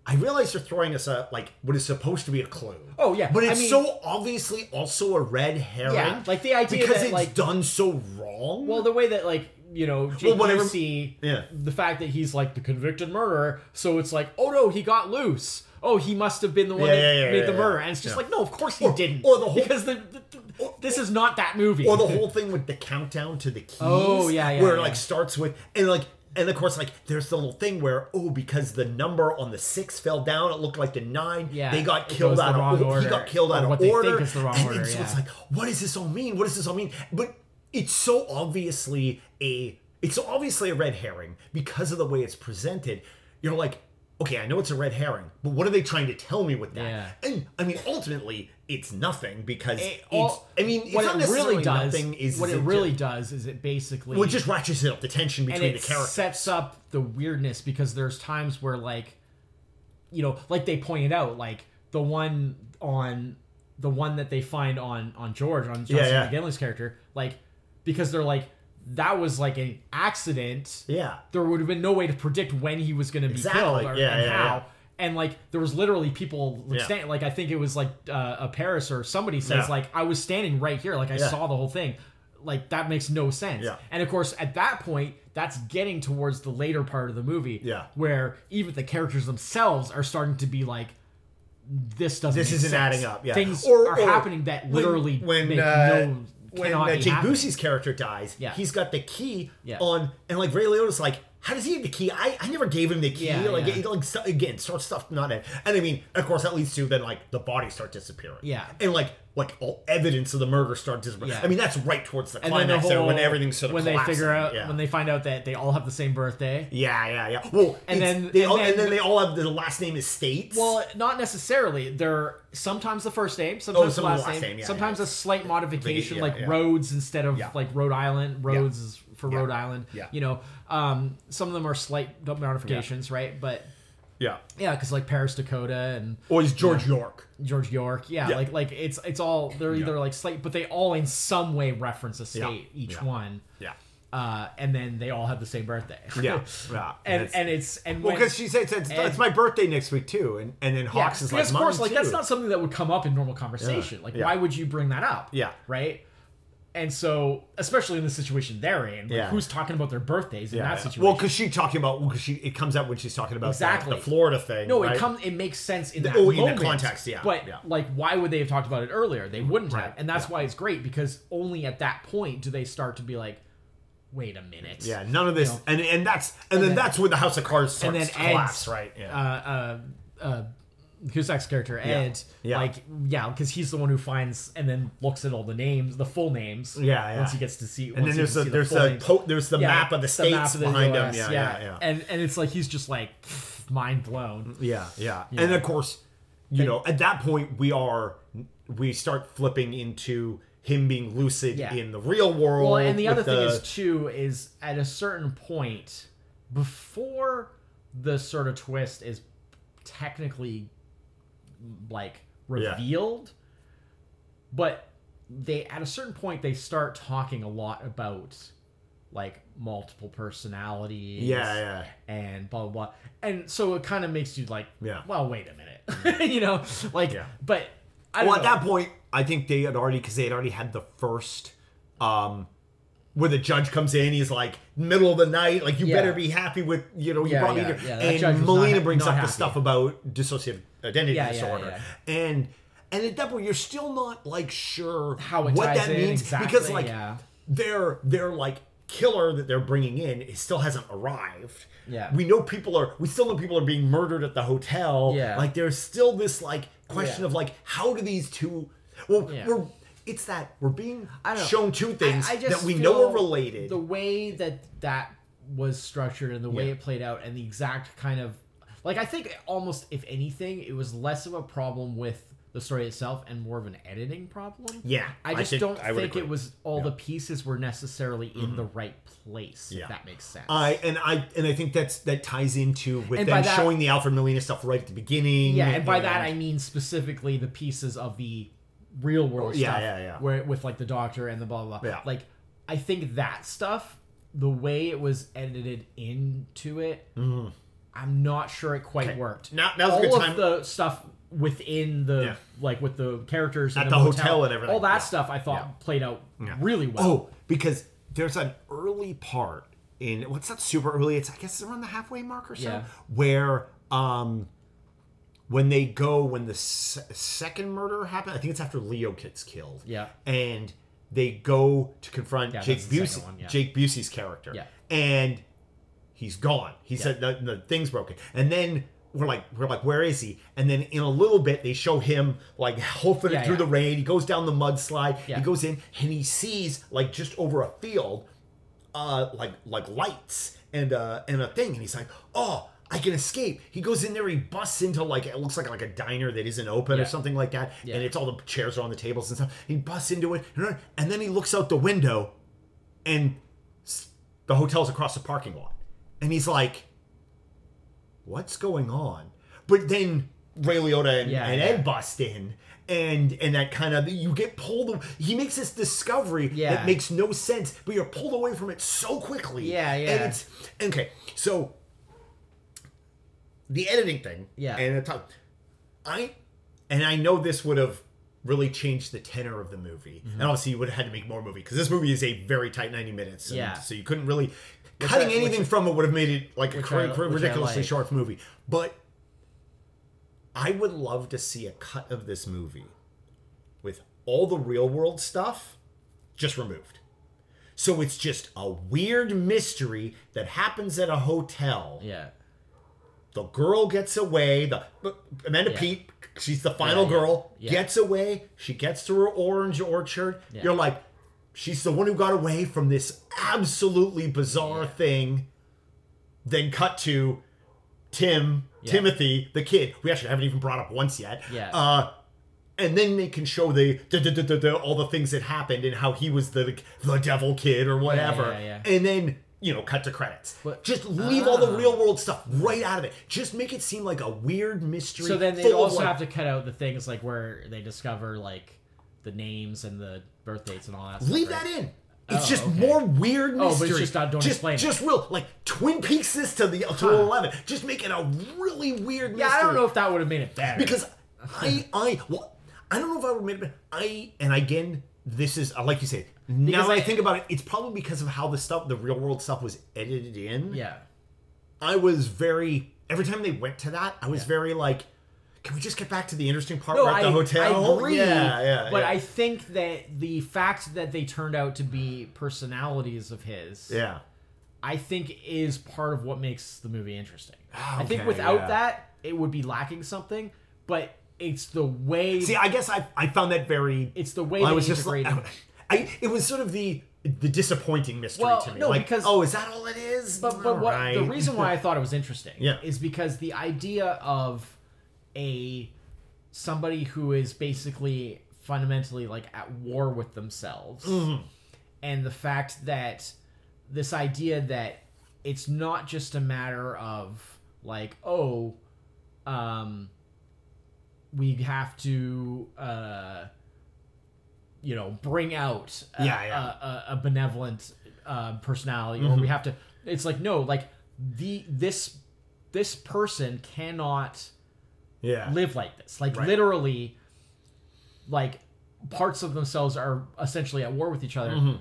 Speaker 1: I realize you're throwing us a like what is supposed to be a clue.
Speaker 2: Oh, yeah.
Speaker 1: but
Speaker 2: I
Speaker 1: it's
Speaker 2: mean-
Speaker 1: so obviously also a red herring.
Speaker 2: like, the idea
Speaker 1: because
Speaker 2: that,
Speaker 1: it's
Speaker 2: like-
Speaker 1: done so wrong.
Speaker 2: Well, the way that like you know Jake
Speaker 1: whatever-
Speaker 2: Busey,
Speaker 1: Yeah.
Speaker 2: the fact that he's like the convicted murderer, so it's like, oh no, he got loose. Oh, he must have been the one
Speaker 1: Yeah,
Speaker 2: that
Speaker 1: yeah, yeah,
Speaker 2: made
Speaker 1: yeah,
Speaker 2: the
Speaker 1: yeah.
Speaker 2: murder, and it's just
Speaker 1: Yeah.
Speaker 2: like, no, of course he
Speaker 1: Or-
Speaker 2: didn't.
Speaker 1: or the whole-
Speaker 2: because the, the- the- this is not that movie.
Speaker 1: or the whole thing with the countdown to the keys.
Speaker 2: Oh, yeah, yeah,
Speaker 1: Where it
Speaker 2: yeah.
Speaker 1: like starts with and like and of course like there's the little thing where oh because the number on the six fell down it looked like the nine
Speaker 2: Yeah,
Speaker 1: they got
Speaker 2: it
Speaker 1: killed
Speaker 2: goes
Speaker 1: out of
Speaker 2: the wrong
Speaker 1: order. he
Speaker 2: order,
Speaker 1: got killed
Speaker 2: or
Speaker 1: out of
Speaker 2: what they think
Speaker 1: order
Speaker 2: is the wrong
Speaker 1: and,
Speaker 2: order,
Speaker 1: and so
Speaker 2: yeah.
Speaker 1: it's like what does this all mean what does this all mean but it's so obviously a it's so obviously a red herring because of the way it's presented you're like okay I know it's a red herring but what are they trying to tell me with that
Speaker 2: Yeah.
Speaker 1: and I mean ultimately it's nothing because
Speaker 2: It
Speaker 1: it's
Speaker 2: all-
Speaker 1: I mean it's
Speaker 2: Eh, what
Speaker 1: not
Speaker 2: it really
Speaker 1: necessarily
Speaker 2: does,
Speaker 1: nothing is
Speaker 2: what
Speaker 1: is
Speaker 2: it really does is it basically
Speaker 1: well, it just ratchets it up the tension
Speaker 2: and
Speaker 1: between
Speaker 2: it
Speaker 1: the characters.
Speaker 2: sets up the weirdness because there's times where like you know like they pointed out like the one on the one that they find on on george on John
Speaker 1: Yeah,
Speaker 2: C.
Speaker 1: yeah.
Speaker 2: McGinley's character like because they're like that was like an accident
Speaker 1: Yeah.
Speaker 2: there would have been no way to predict when he was going to be
Speaker 1: Exactly.
Speaker 2: killed or,
Speaker 1: Yeah,
Speaker 2: and
Speaker 1: yeah,
Speaker 2: how
Speaker 1: yeah.
Speaker 2: and like there was literally people like,
Speaker 1: Yeah.
Speaker 2: stand, like i think it was like uh, a paris or somebody
Speaker 1: Yeah.
Speaker 2: says like i was standing right here like i
Speaker 1: Yeah.
Speaker 2: saw the whole thing like that makes no sense
Speaker 1: Yeah.
Speaker 2: and of course at that point that's getting towards the later part of the movie
Speaker 1: Yeah.
Speaker 2: where even the characters themselves are starting to be like this doesn't
Speaker 1: This
Speaker 2: make
Speaker 1: isn't
Speaker 2: sense.
Speaker 1: adding up. Yeah,
Speaker 2: things
Speaker 1: Or-
Speaker 2: are
Speaker 1: or
Speaker 2: happening that literally
Speaker 1: when
Speaker 2: make
Speaker 1: uh,
Speaker 2: no
Speaker 1: when
Speaker 2: cannot
Speaker 1: uh,
Speaker 2: be
Speaker 1: Jake
Speaker 2: happening.
Speaker 1: Busey's character dies,
Speaker 2: Yeah.
Speaker 1: he's got the key
Speaker 2: Yeah.
Speaker 1: on, and like Ray Liotta's like, how does he have the key? I, I never gave him the key.
Speaker 2: Yeah,
Speaker 1: like
Speaker 2: yeah.
Speaker 1: It, like so, again, sort of stuff not in. And I mean, of course, that leads to then like the bodies start disappearing.
Speaker 2: Yeah.
Speaker 1: and like like all evidence of the murder starts disappearing.
Speaker 2: Yeah.
Speaker 1: I mean, that's right towards the
Speaker 2: and then the
Speaker 1: climax there
Speaker 2: whole
Speaker 1: when everything's sort of
Speaker 2: when they
Speaker 1: collapsing.
Speaker 2: figure out
Speaker 1: yeah.
Speaker 2: when they find out that they all have the same birthday
Speaker 1: yeah yeah yeah well and
Speaker 2: And then-
Speaker 1: then they
Speaker 2: and
Speaker 1: all,
Speaker 2: then-
Speaker 1: and then they all have the last name is States
Speaker 2: Well, not necessarily. They're sometimes the first name, sometimes the
Speaker 1: Oh, some of
Speaker 2: last, name,
Speaker 1: yeah,
Speaker 2: sometimes
Speaker 1: yeah.
Speaker 2: a slight modification,
Speaker 1: yeah,
Speaker 2: like
Speaker 1: yeah.
Speaker 2: Rhodes instead of
Speaker 1: Yeah.
Speaker 2: like Rhode Island. Rhodes is for
Speaker 1: Yeah.
Speaker 2: Rhode Island.
Speaker 1: Yeah.
Speaker 2: You know, um, some of them are slight modifications, right? But
Speaker 1: yeah
Speaker 2: yeah, because like Paris, Dakota, and
Speaker 1: or is George York
Speaker 2: George York. Yeah,
Speaker 1: Yeah.
Speaker 2: like like it's it's all they're either like slight, but they all in some way reference a
Speaker 1: Yeah.
Speaker 2: state each
Speaker 1: Yeah.
Speaker 2: one.
Speaker 1: yeah
Speaker 2: Uh, and then they all have the same birthday. (laughs)
Speaker 1: Yeah, yeah.
Speaker 2: and
Speaker 1: That's-
Speaker 2: and it's and
Speaker 1: Well,
Speaker 2: when-
Speaker 1: because she says it's,
Speaker 2: and-
Speaker 1: it's my birthday next week too, and and then Hawks is like,
Speaker 2: because of course,
Speaker 1: "Mine,
Speaker 2: like that's
Speaker 1: too."
Speaker 2: not something that would come up in normal conversation.
Speaker 1: Yeah.
Speaker 2: Like,
Speaker 1: Yeah.
Speaker 2: why would you bring that up?
Speaker 1: Yeah.
Speaker 2: right. And so, especially in the situation they're in, like,
Speaker 1: Yeah.
Speaker 2: who's talking about their birthdays in that situation?
Speaker 1: Well, because she talking about because she it comes out when she's talking about the-
Speaker 2: Exactly.
Speaker 1: the, Florida thing.
Speaker 2: No,
Speaker 1: right?
Speaker 2: it comes. It makes sense in that
Speaker 1: oh, in the
Speaker 2: moment.
Speaker 1: context, yeah,
Speaker 2: But
Speaker 1: yeah.
Speaker 2: like, why would they have talked about it earlier? They wouldn't have,
Speaker 1: Right,
Speaker 2: and that's
Speaker 1: yeah.
Speaker 2: why it's great because only at that point do they start to be like, "Wait a minute."
Speaker 1: Yeah, none of this, and and that's and, then,
Speaker 2: then-
Speaker 1: that's when the House of Cards starts
Speaker 2: And then
Speaker 1: to collapse,
Speaker 2: Ed's,
Speaker 1: right? Yeah.
Speaker 2: Uh, uh, uh, Cusack's character Ed,
Speaker 1: Yeah.
Speaker 2: like yeah, because he's the one who finds and then looks at all the names, the full names.
Speaker 1: Yeah, yeah.
Speaker 2: Once he gets to see,
Speaker 1: and then there's a there's a po- there's the map of the states behind him. Yeah, yeah, yeah.
Speaker 2: And and it's like he's just like (sighs) pff, mind blown.
Speaker 1: Yeah, yeah. And of course, you know, at that point we are we start flipping into him being lucid
Speaker 2: Yeah.
Speaker 1: in the real world.
Speaker 2: Well, and the other
Speaker 1: with
Speaker 2: thing is too is at a certain point before the sort of twist is technically like
Speaker 1: Yeah.
Speaker 2: revealed, but they at a certain point they start talking a lot about like multiple personalities.
Speaker 1: Yeah, yeah.
Speaker 2: And blah blah blah. And so it kind of makes you like,
Speaker 1: Yeah.
Speaker 2: well, wait a minute. (laughs) you know, like
Speaker 1: Yeah.
Speaker 2: but I don't
Speaker 1: Well, at
Speaker 2: know.
Speaker 1: that point, I think they had already because they had already had the first, um, where the judge comes in. He's like middle of the night, like you
Speaker 2: Yeah.
Speaker 1: better be happy with you know you
Speaker 2: Yeah,
Speaker 1: brought
Speaker 2: yeah,
Speaker 1: me here.
Speaker 2: yeah, that judge was
Speaker 1: and
Speaker 2: not
Speaker 1: Melina
Speaker 2: ha-
Speaker 1: brings
Speaker 2: not
Speaker 1: up
Speaker 2: happy.
Speaker 1: the stuff about dissociative identity
Speaker 2: Yeah, yeah,
Speaker 1: disorder, and and at that point you're still not like sure
Speaker 2: How it
Speaker 1: what
Speaker 2: ties
Speaker 1: that
Speaker 2: in,
Speaker 1: means
Speaker 2: exactly,
Speaker 1: because like
Speaker 2: yeah.
Speaker 1: their their like killer that they're bringing in it still hasn't arrived.
Speaker 2: Yeah.
Speaker 1: we know people are we still know people are being murdered at the hotel.
Speaker 2: Yeah.
Speaker 1: like there's still this like question
Speaker 2: Yeah.
Speaker 1: of like how do these two well
Speaker 2: Yeah.
Speaker 1: we're it's that we're being
Speaker 2: I don't know.
Speaker 1: shown two things
Speaker 2: I, I just
Speaker 1: that we
Speaker 2: feel
Speaker 1: know are related
Speaker 2: The way that that was structured and the way
Speaker 1: Yeah.
Speaker 2: it played out and the exact kind of like I think almost if anything it was less of a problem with the story itself and more of an editing problem.
Speaker 1: yeah
Speaker 2: I just
Speaker 1: think-
Speaker 2: don't
Speaker 1: I would
Speaker 2: think
Speaker 1: agree.
Speaker 2: it was all the pieces were necessarily in the right place.
Speaker 1: Mm-hmm. Yeah.
Speaker 2: If that makes sense.
Speaker 1: I and I and I think that's that ties into with
Speaker 2: And by
Speaker 1: them
Speaker 2: that-
Speaker 1: showing the Alfred Molina stuff right at the beginning.
Speaker 2: yeah, and by that I mean specifically the pieces of the real world
Speaker 1: Yeah,
Speaker 2: stuff.
Speaker 1: yeah, yeah.
Speaker 2: Where with like the doctor and the blah blah. blah.
Speaker 1: Yeah.
Speaker 2: Like I think that stuff, the way it was edited into it, I'm not sure it quite worked.
Speaker 1: Mm-hmm. Now- now's a
Speaker 2: all
Speaker 1: good
Speaker 2: of
Speaker 1: time-
Speaker 2: the stuff within the
Speaker 1: Yeah.
Speaker 2: like with the characters
Speaker 1: At
Speaker 2: and
Speaker 1: the hotel and everything,
Speaker 2: All that
Speaker 1: yeah.
Speaker 2: stuff I thought
Speaker 1: Yeah.
Speaker 2: played out
Speaker 1: Yeah.
Speaker 2: really well.
Speaker 1: oh because there's an early part in what's not super early. It's I guess around the halfway mark or so
Speaker 2: Yeah.
Speaker 1: where um when they go when the se- second murder happened. I think it's after Leo gets killed.
Speaker 2: Yeah.
Speaker 1: and they go to confront Jake
Speaker 2: that's the
Speaker 1: Busey,
Speaker 2: second one, yeah.
Speaker 1: Jake Busey's character.
Speaker 2: Yeah.
Speaker 1: and he's gone. He said the, the thing's broken. And then we're like, we're like, where is he? And then in a little bit, they show him like hoofing
Speaker 2: Yeah,
Speaker 1: it through
Speaker 2: yeah.
Speaker 1: the rain. He goes down the mudslide.
Speaker 2: Yeah.
Speaker 1: He goes in and he sees like just over a field, uh, like like lights and uh and a thing. And he's like, oh. I can escape. He goes in there. He busts into like it looks like like a diner that isn't open
Speaker 2: Yeah.
Speaker 1: or something like that,
Speaker 2: Yeah.
Speaker 1: and it's all the chairs are on the tables and stuff. He busts into it, and then he looks out the window, and s- the hotel's across the parking lot. And he's like, what's going on? But then Ray Liotta and,
Speaker 2: Yeah,
Speaker 1: and
Speaker 2: yeah.
Speaker 1: Ed bust in. And and that kind of you get pulled. He makes this discovery
Speaker 2: Yeah.
Speaker 1: that makes no sense, but you're pulled away from it so quickly.
Speaker 2: Yeah, yeah.
Speaker 1: And it's okay. So the editing thing.
Speaker 2: Yeah.
Speaker 1: And the top, I and I know this would have really changed the tenor of the movie,
Speaker 2: Mm-hmm.
Speaker 1: and obviously you would have had to make more movie because this movie is a very tight ninety minutes. and
Speaker 2: Yeah.
Speaker 1: So you couldn't really cutting
Speaker 2: I- which
Speaker 1: anything from it would have made it like a
Speaker 2: Which
Speaker 1: cr-
Speaker 2: I-
Speaker 1: cr-
Speaker 2: which I
Speaker 1: ridiculously
Speaker 2: like.
Speaker 1: short movie. But I would love to see a cut of this movie with all the real world stuff just removed. So it's just a weird mystery that happens at a hotel.
Speaker 2: Yeah.
Speaker 1: The girl gets away. The Amanda
Speaker 2: Yeah.
Speaker 1: Pete, she's the final
Speaker 2: Yeah, yeah,
Speaker 1: girl,
Speaker 2: yeah.
Speaker 1: gets away. She gets to her orange orchard.
Speaker 2: Yeah.
Speaker 1: You're like, she's the one who got away from this absolutely bizarre thing. Then cut to Tim,
Speaker 2: Yeah.
Speaker 1: Timothy, the kid. We actually haven't even brought up once yet.
Speaker 2: Yeah.
Speaker 1: Uh, and then they can show the duh, duh, duh, duh, duh, all the things that happened and how he was the the devil kid or whatever.
Speaker 2: yeah.
Speaker 1: And then you know, cut to credits.
Speaker 2: But-
Speaker 1: Just leave all
Speaker 2: Ah.
Speaker 1: the real world stuff right out of it. Just make it seem like a weird mystery.
Speaker 2: So then they
Speaker 1: full of,
Speaker 2: also
Speaker 1: like-
Speaker 2: have to cut out the things like where they discover like the names and the birth dates and all that.
Speaker 1: leave
Speaker 2: stuff,
Speaker 1: that
Speaker 2: right?
Speaker 1: in. It's
Speaker 2: Oh,
Speaker 1: just
Speaker 2: okay. Oh,
Speaker 1: more weird mystery.
Speaker 2: but it's just not- don't
Speaker 1: just,
Speaker 2: explain it.
Speaker 1: Just real, like Twin Peaks this to the to eleven. Just make it a really weird.
Speaker 2: Yeah,
Speaker 1: mystery.
Speaker 2: I don't know if that would have made it better.
Speaker 1: because I I well I don't know if I would have made it. I and again this is uh, like you say now that I think about it, it's probably because of how the stuff, the real world stuff, was edited in.
Speaker 2: Yeah.
Speaker 1: I was very every time they went to that, I was very like, can we just get back to the interesting part
Speaker 2: No,
Speaker 1: we're at the
Speaker 2: I,
Speaker 1: hotel?
Speaker 2: I agree.
Speaker 1: yeah, yeah.
Speaker 2: but
Speaker 1: yeah.
Speaker 2: I think that the fact that they turned out to be personalities of his,
Speaker 1: yeah.
Speaker 2: I think is part of what makes the movie interesting. I think
Speaker 1: Ah, Okay,
Speaker 2: without
Speaker 1: yeah.
Speaker 2: that, it would be lacking something. But it's the way.
Speaker 1: See, I guess I I found that very.
Speaker 2: it's the way
Speaker 1: I
Speaker 2: they
Speaker 1: was just
Speaker 2: integrate
Speaker 1: like, (laughs)
Speaker 2: him.
Speaker 1: I it was sort of the the disappointing mystery
Speaker 2: Well,
Speaker 1: to me.
Speaker 2: no,
Speaker 1: like,
Speaker 2: because-
Speaker 1: oh, is that all it is?
Speaker 2: But, but what the
Speaker 1: Alright.
Speaker 2: reason why I thought it was interesting
Speaker 1: Yeah.
Speaker 2: is because the idea of a somebody who is basically fundamentally like at war with themselves
Speaker 1: Mm-hmm.
Speaker 2: and the fact that this idea that it's not just a matter of like oh um we have to uh you know bring out a,
Speaker 1: Yeah, Mm-hmm. yeah.
Speaker 2: a, a, a benevolent uh, personality or we have to it's like no like the this this person cannot
Speaker 1: (laughs) Yeah.
Speaker 2: live like this like
Speaker 1: Right.
Speaker 2: literally like parts of themselves are essentially at war with each other
Speaker 1: Mm-hmm.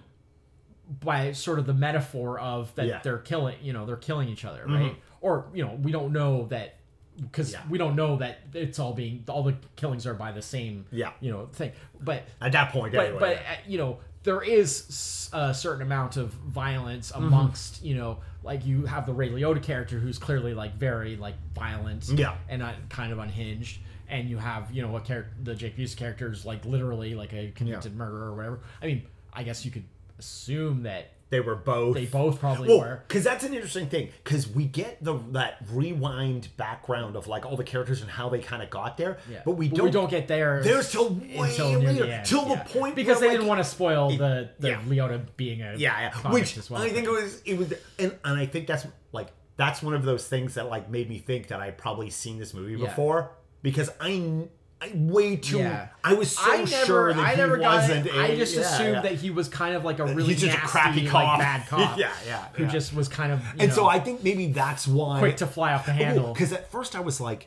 Speaker 2: by sort of the metaphor of that
Speaker 1: Yeah. Mm-hmm.
Speaker 2: they're killing you know they're killing each other right or you know we don't know that because
Speaker 1: Yeah.
Speaker 2: we don't know that it's all being all the killings are by the same
Speaker 1: Yeah.
Speaker 2: you know thing but
Speaker 1: At that point,
Speaker 2: but
Speaker 1: anyway.
Speaker 2: but uh, you know there is s- a certain amount of violence
Speaker 1: Mm-hmm.
Speaker 2: amongst you know like you have the Ray Liotta character who's clearly like very like violent
Speaker 1: Yeah.
Speaker 2: and uh, kind of unhinged and you have you know a character the Jake Busey character is like literally like a convicted murderer or whatever I mean I guess you could assume that
Speaker 1: they were both.
Speaker 2: they both probably
Speaker 1: Well,
Speaker 2: were
Speaker 1: because that's an interesting thing. Because we get the that rewind background of like all the characters and how they kind of got there,
Speaker 2: yeah.
Speaker 1: but we don't.
Speaker 2: get there
Speaker 1: There's till way
Speaker 2: until near
Speaker 1: later,
Speaker 2: the end,
Speaker 1: till the
Speaker 2: yeah.
Speaker 1: point
Speaker 2: because
Speaker 1: where,
Speaker 2: they didn't
Speaker 1: like-
Speaker 2: want to spoil the the
Speaker 1: Yeah.
Speaker 2: Liotta being a
Speaker 1: yeah, yeah.
Speaker 2: convict
Speaker 1: which
Speaker 2: as well.
Speaker 1: I think it was it was, and, and I think that's like that's one of those things that like made me think that I probably seen this movie
Speaker 2: Yeah.
Speaker 1: before because I. kn- I way too.
Speaker 2: Yeah.
Speaker 1: I was so
Speaker 2: I never,
Speaker 1: sure that
Speaker 2: I
Speaker 1: he
Speaker 2: never got
Speaker 1: wasn't.
Speaker 2: it. I just
Speaker 1: yeah,
Speaker 2: assumed
Speaker 1: yeah.
Speaker 2: that he was kind of like a really
Speaker 1: He's just a
Speaker 2: nasty,
Speaker 1: crappy
Speaker 2: Like,
Speaker 1: cop. (laughs)
Speaker 2: bad cop.
Speaker 1: Yeah, yeah,
Speaker 2: Who
Speaker 1: yeah.
Speaker 2: just was kind of you
Speaker 1: And
Speaker 2: know,
Speaker 1: so I think maybe that's why
Speaker 2: quick to fly off the handle.
Speaker 1: Because Oh, at first I was like,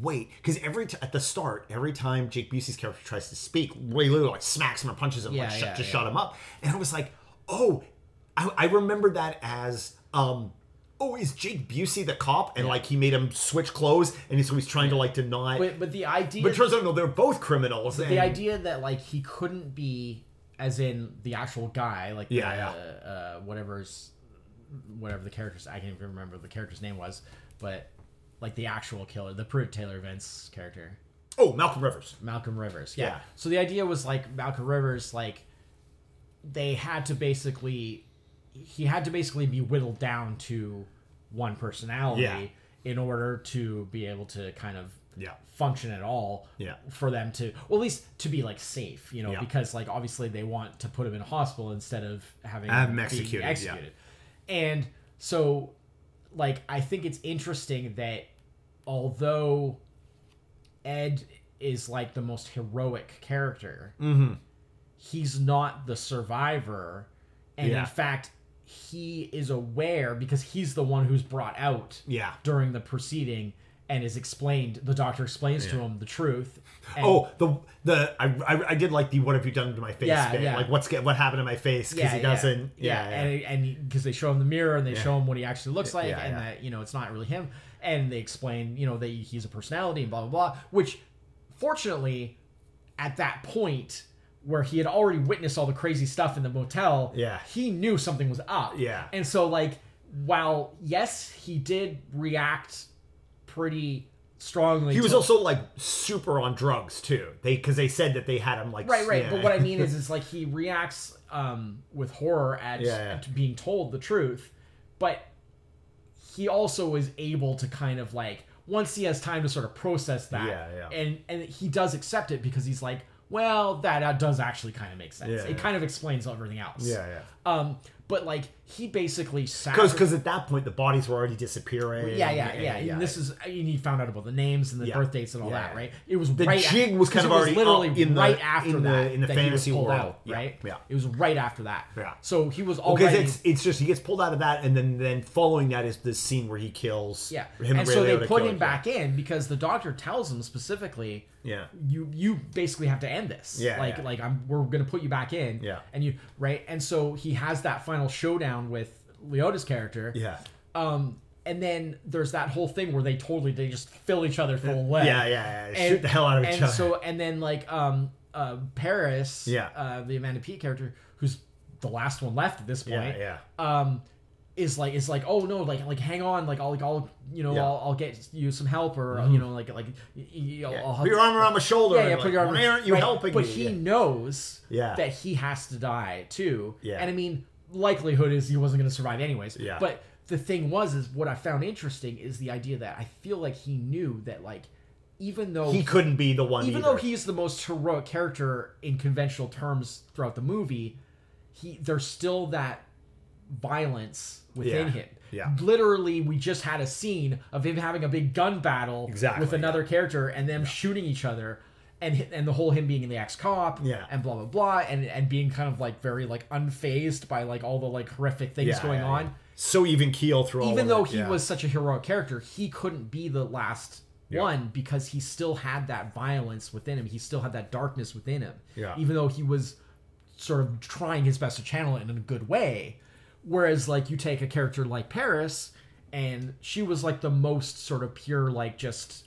Speaker 1: wait, because every t- at the start, every time Jake Busey's character tries to speak, Ray Liotta like smacks him or punches him,
Speaker 2: Yeah,
Speaker 1: like shut,
Speaker 2: yeah,
Speaker 1: just
Speaker 2: yeah.
Speaker 1: shut him up. And I was like, oh, I, I remember that as um. Oh, is Jake Busey the cop? And like he made him switch clothes, and so he's trying to like deny. But,
Speaker 2: but, but the idea,
Speaker 1: it turns out no, they're both criminals.
Speaker 2: the
Speaker 1: and-
Speaker 2: idea that like he couldn't be, as in the actual guy, like
Speaker 1: Yeah,
Speaker 2: the,
Speaker 1: yeah.
Speaker 2: Uh, whatever's, whatever the character's, I can't even remember what the character's name was, but like the actual killer, the Pruitt Taylor Vince character.
Speaker 1: Oh, Malcolm Rivers.
Speaker 2: Malcolm Rivers. Yeah.
Speaker 1: Yeah.
Speaker 2: So the idea was like Malcolm Rivers, like they had to basically, he had to basically be whittled down to one personality
Speaker 1: Yeah.
Speaker 2: in order to be able to kind of
Speaker 1: Yeah.
Speaker 2: function at all.
Speaker 1: Yeah.
Speaker 2: For them to, well, at least to be like safe, you know,
Speaker 1: Yeah.
Speaker 2: because like obviously they want to put him in a hospital instead of having
Speaker 1: Have him
Speaker 2: being
Speaker 1: executed, yeah.
Speaker 2: executed. And so, like, I think it's interesting that although Ed is like the most heroic character,
Speaker 1: Mm-hmm.
Speaker 2: he's not the survivor. And
Speaker 1: Yeah.
Speaker 2: in fact, he is aware because he's the one who's brought out
Speaker 1: Yeah.
Speaker 2: during the proceeding and is explained. The doctor explains to him the truth. and-
Speaker 1: Oh, the the I, I I did like the what have you done to my face
Speaker 2: Yeah,
Speaker 1: bit.
Speaker 2: yeah.
Speaker 1: Like what's get- what happened to my face because he doesn't. Yeah, yeah.
Speaker 2: and and because they show him the mirror and they show him what he actually looks like,
Speaker 1: yeah,
Speaker 2: and
Speaker 1: yeah.
Speaker 2: that you know it's not really him, and they explain you know that he's a personality and blah blah blah. Which, fortunately, at that point where he had already witnessed all the crazy stuff in the motel,
Speaker 1: Yeah.
Speaker 2: he knew something was up,
Speaker 1: Yeah.
Speaker 2: and so like while yes he did react pretty strongly,
Speaker 1: He was
Speaker 2: to-
Speaker 1: also like super on drugs too. They because they said that they had him like
Speaker 2: Right, right.
Speaker 1: yeah.
Speaker 2: But what
Speaker 1: (laughs)
Speaker 2: I mean is, is like he reacts um, with horror at,
Speaker 1: Yeah, yeah.
Speaker 2: at being told the truth, but he also is able to kind of like once he has time to sort of process that,
Speaker 1: Yeah, yeah.
Speaker 2: and and he does accept it because he's like, well, that uh, does actually kind of make sense.
Speaker 1: Yeah,
Speaker 2: it
Speaker 1: yeah.
Speaker 2: kind of explains everything else.
Speaker 1: yeah, yeah,
Speaker 2: Um, But like he basically
Speaker 1: Because
Speaker 2: sacrificed.
Speaker 1: because at that point the bodies were already disappearing.
Speaker 2: Yeah, yeah, yeah. And this is uh, and he found out about the names and the
Speaker 1: Yeah.
Speaker 2: birth dates and all
Speaker 1: Yeah.
Speaker 2: that, right? It was
Speaker 1: The
Speaker 2: right
Speaker 1: jig was kind
Speaker 2: because
Speaker 1: of
Speaker 2: it
Speaker 1: already
Speaker 2: literally
Speaker 1: up in the-
Speaker 2: right after
Speaker 1: in the-
Speaker 2: that
Speaker 1: in the
Speaker 2: that he was
Speaker 1: fantasy
Speaker 2: pulled
Speaker 1: world.
Speaker 2: out,
Speaker 1: Yeah,
Speaker 2: right?
Speaker 1: yeah.
Speaker 2: it was right after that.
Speaker 1: Yeah.
Speaker 2: So he was
Speaker 1: because
Speaker 2: already
Speaker 1: it's it's just he gets pulled out of that, and then then following that is the scene where he kills.
Speaker 2: yeah.
Speaker 1: him
Speaker 2: and so
Speaker 1: Ray
Speaker 2: they
Speaker 1: Liotta
Speaker 2: put
Speaker 1: kill
Speaker 2: him back in because the doctor tells him specifically,
Speaker 1: Yeah.
Speaker 2: you you basically have to end this.
Speaker 1: Yeah,
Speaker 2: like
Speaker 1: yeah.
Speaker 2: like I'm we're gonna put you back in.
Speaker 1: Yeah.
Speaker 2: and you right, and so he has that final showdown with Leota's character.
Speaker 1: Yeah.
Speaker 2: Um, and then there's that whole thing where they totally they just fill each other full of lead.
Speaker 1: Yeah, yeah, yeah. Shoot the hell out of each
Speaker 2: and
Speaker 1: other.
Speaker 2: So and then like um uh Paris,
Speaker 1: Yeah.
Speaker 2: uh, the Amanda P character, who's the last one left at this
Speaker 1: Yeah,
Speaker 2: point,
Speaker 1: yeah.
Speaker 2: um is like is like oh no like like hang on like I'll like I'll you know
Speaker 1: Yeah. Mm-hmm.
Speaker 2: I'll, I'll get you some help or you know like like y- y- I'll, I'll
Speaker 1: Put your arm around my shoulder.
Speaker 2: yeah, yeah,
Speaker 1: and
Speaker 2: put
Speaker 1: like,
Speaker 2: your arm.
Speaker 1: Why aren't you
Speaker 2: right,
Speaker 1: helping
Speaker 2: But
Speaker 1: me?
Speaker 2: he
Speaker 1: Yeah.
Speaker 2: knows
Speaker 1: Yeah.
Speaker 2: that he has to die too.
Speaker 1: Yeah.
Speaker 2: And I mean, likelihood is he wasn't going to survive anyways.
Speaker 1: Yeah.
Speaker 2: But the thing was, is what I found interesting is the idea that I feel like he knew that, like, even though
Speaker 1: he couldn't be the one.
Speaker 2: even
Speaker 1: either.
Speaker 2: though he's the most heroic character in conventional terms throughout the movie, he there's still that violence within
Speaker 1: Yeah.
Speaker 2: him.
Speaker 1: Yeah.
Speaker 2: Literally, we just had a scene of him having a big gun battle
Speaker 1: Exactly,
Speaker 2: with another character and them shooting each other. And, hi- and the whole him being the ex cop
Speaker 1: Yeah.
Speaker 2: and blah blah blah and, and being kind of like very like unfazed by like all the like horrific things
Speaker 1: Yeah,
Speaker 2: going
Speaker 1: yeah,
Speaker 2: on
Speaker 1: yeah. So even keel through. all
Speaker 2: even
Speaker 1: of
Speaker 2: though
Speaker 1: it,
Speaker 2: he
Speaker 1: yeah.
Speaker 2: was such a heroic character, he couldn't be the last
Speaker 1: Yeah.
Speaker 2: one because he still had that violence within him. He still had that darkness within him.
Speaker 1: Yeah.
Speaker 2: Even though he was sort of trying his best to channel it in a good way. Whereas like you take a character like Paris and she was like the most sort of pure like just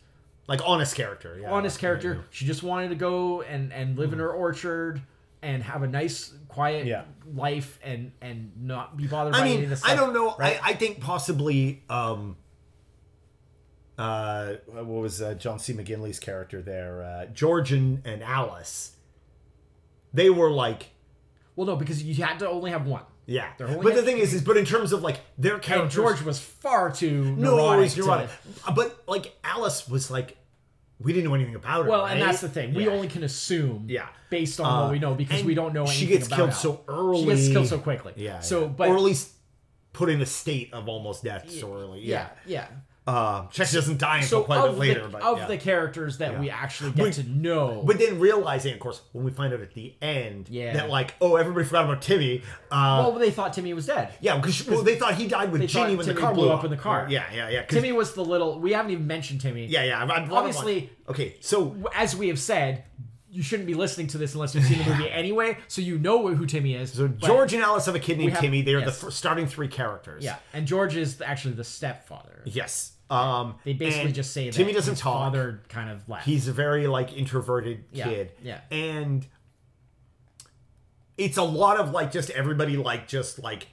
Speaker 1: like honest character. Oh, Yeah. Mm.
Speaker 2: honest character. She just wanted to go and and live in her orchard and have a nice quiet
Speaker 1: Yeah.
Speaker 2: life and and not be bothered
Speaker 1: I
Speaker 2: by any of
Speaker 1: mean,
Speaker 2: this
Speaker 1: I
Speaker 2: stuff.
Speaker 1: don't know. I, I think possibly. um uh, what was uh, John C. McGinley's character there? Uh, George and, and Alice. They were like,
Speaker 2: Well no, because you had to only have one.
Speaker 1: yeah.
Speaker 2: They're only
Speaker 1: But the
Speaker 2: at-
Speaker 1: thing is, is but in terms of like their character,
Speaker 2: And George was far too
Speaker 1: no,
Speaker 2: neurotic.
Speaker 1: always
Speaker 2: to-
Speaker 1: neurotic. Uh, But like Alice was like, we didn't know anything about her.
Speaker 2: Well, and
Speaker 1: right?
Speaker 2: that's the thing. We
Speaker 1: Yeah.
Speaker 2: only can assume,
Speaker 1: Yeah. Uh,
Speaker 2: based on what we know because
Speaker 1: and
Speaker 2: we don't know.
Speaker 1: she
Speaker 2: Anything
Speaker 1: gets
Speaker 2: about
Speaker 1: killed
Speaker 2: Al.
Speaker 1: so
Speaker 2: She gets
Speaker 1: early.
Speaker 2: killed so quickly.
Speaker 1: Yeah.
Speaker 2: So,
Speaker 1: yeah.
Speaker 2: but
Speaker 1: or at least put in a state of almost death so early. Yeah.
Speaker 2: yeah, yeah.
Speaker 1: Uh, Chex doesn't die until
Speaker 2: So
Speaker 1: quite a
Speaker 2: of
Speaker 1: bit later,
Speaker 2: the,
Speaker 1: but
Speaker 2: of
Speaker 1: yeah.
Speaker 2: the characters that we actually get
Speaker 1: But-
Speaker 2: to know,
Speaker 1: But then realizing, of course, when we find out at the end
Speaker 2: Yeah.
Speaker 1: that like, oh, everybody forgot about Timmy. Uh,
Speaker 2: well, they thought Timmy was dead.
Speaker 1: yeah, because well, they thought he died with
Speaker 2: thought
Speaker 1: Ginny when
Speaker 2: Timmy
Speaker 1: the car
Speaker 2: blew
Speaker 1: blew
Speaker 2: up in the car.
Speaker 1: Yeah, yeah, yeah. 'cause-
Speaker 2: Timmy was the little. We haven't even mentioned Timmy.
Speaker 1: Yeah, yeah. I, I brought up
Speaker 2: Obviously-
Speaker 1: on- okay. So
Speaker 2: As we have said, you shouldn't be listening to this unless you've seen the
Speaker 1: (laughs)
Speaker 2: movie anyway, so you know who Timmy is.
Speaker 1: so
Speaker 2: but-
Speaker 1: George and Alice have a kid named
Speaker 2: have-
Speaker 1: Timmy. They are
Speaker 2: yes.
Speaker 1: the f- starting three characters.
Speaker 2: yeah, and George is actually the stepfather.
Speaker 1: Yes. Um.
Speaker 2: They basically
Speaker 1: and
Speaker 2: just say that
Speaker 1: Timmy doesn't
Speaker 2: his
Speaker 1: talk.
Speaker 2: Father kind of left.
Speaker 1: He's a very like introverted
Speaker 2: Yeah,
Speaker 1: kid.
Speaker 2: yeah.
Speaker 1: And it's a lot of like just everybody like just like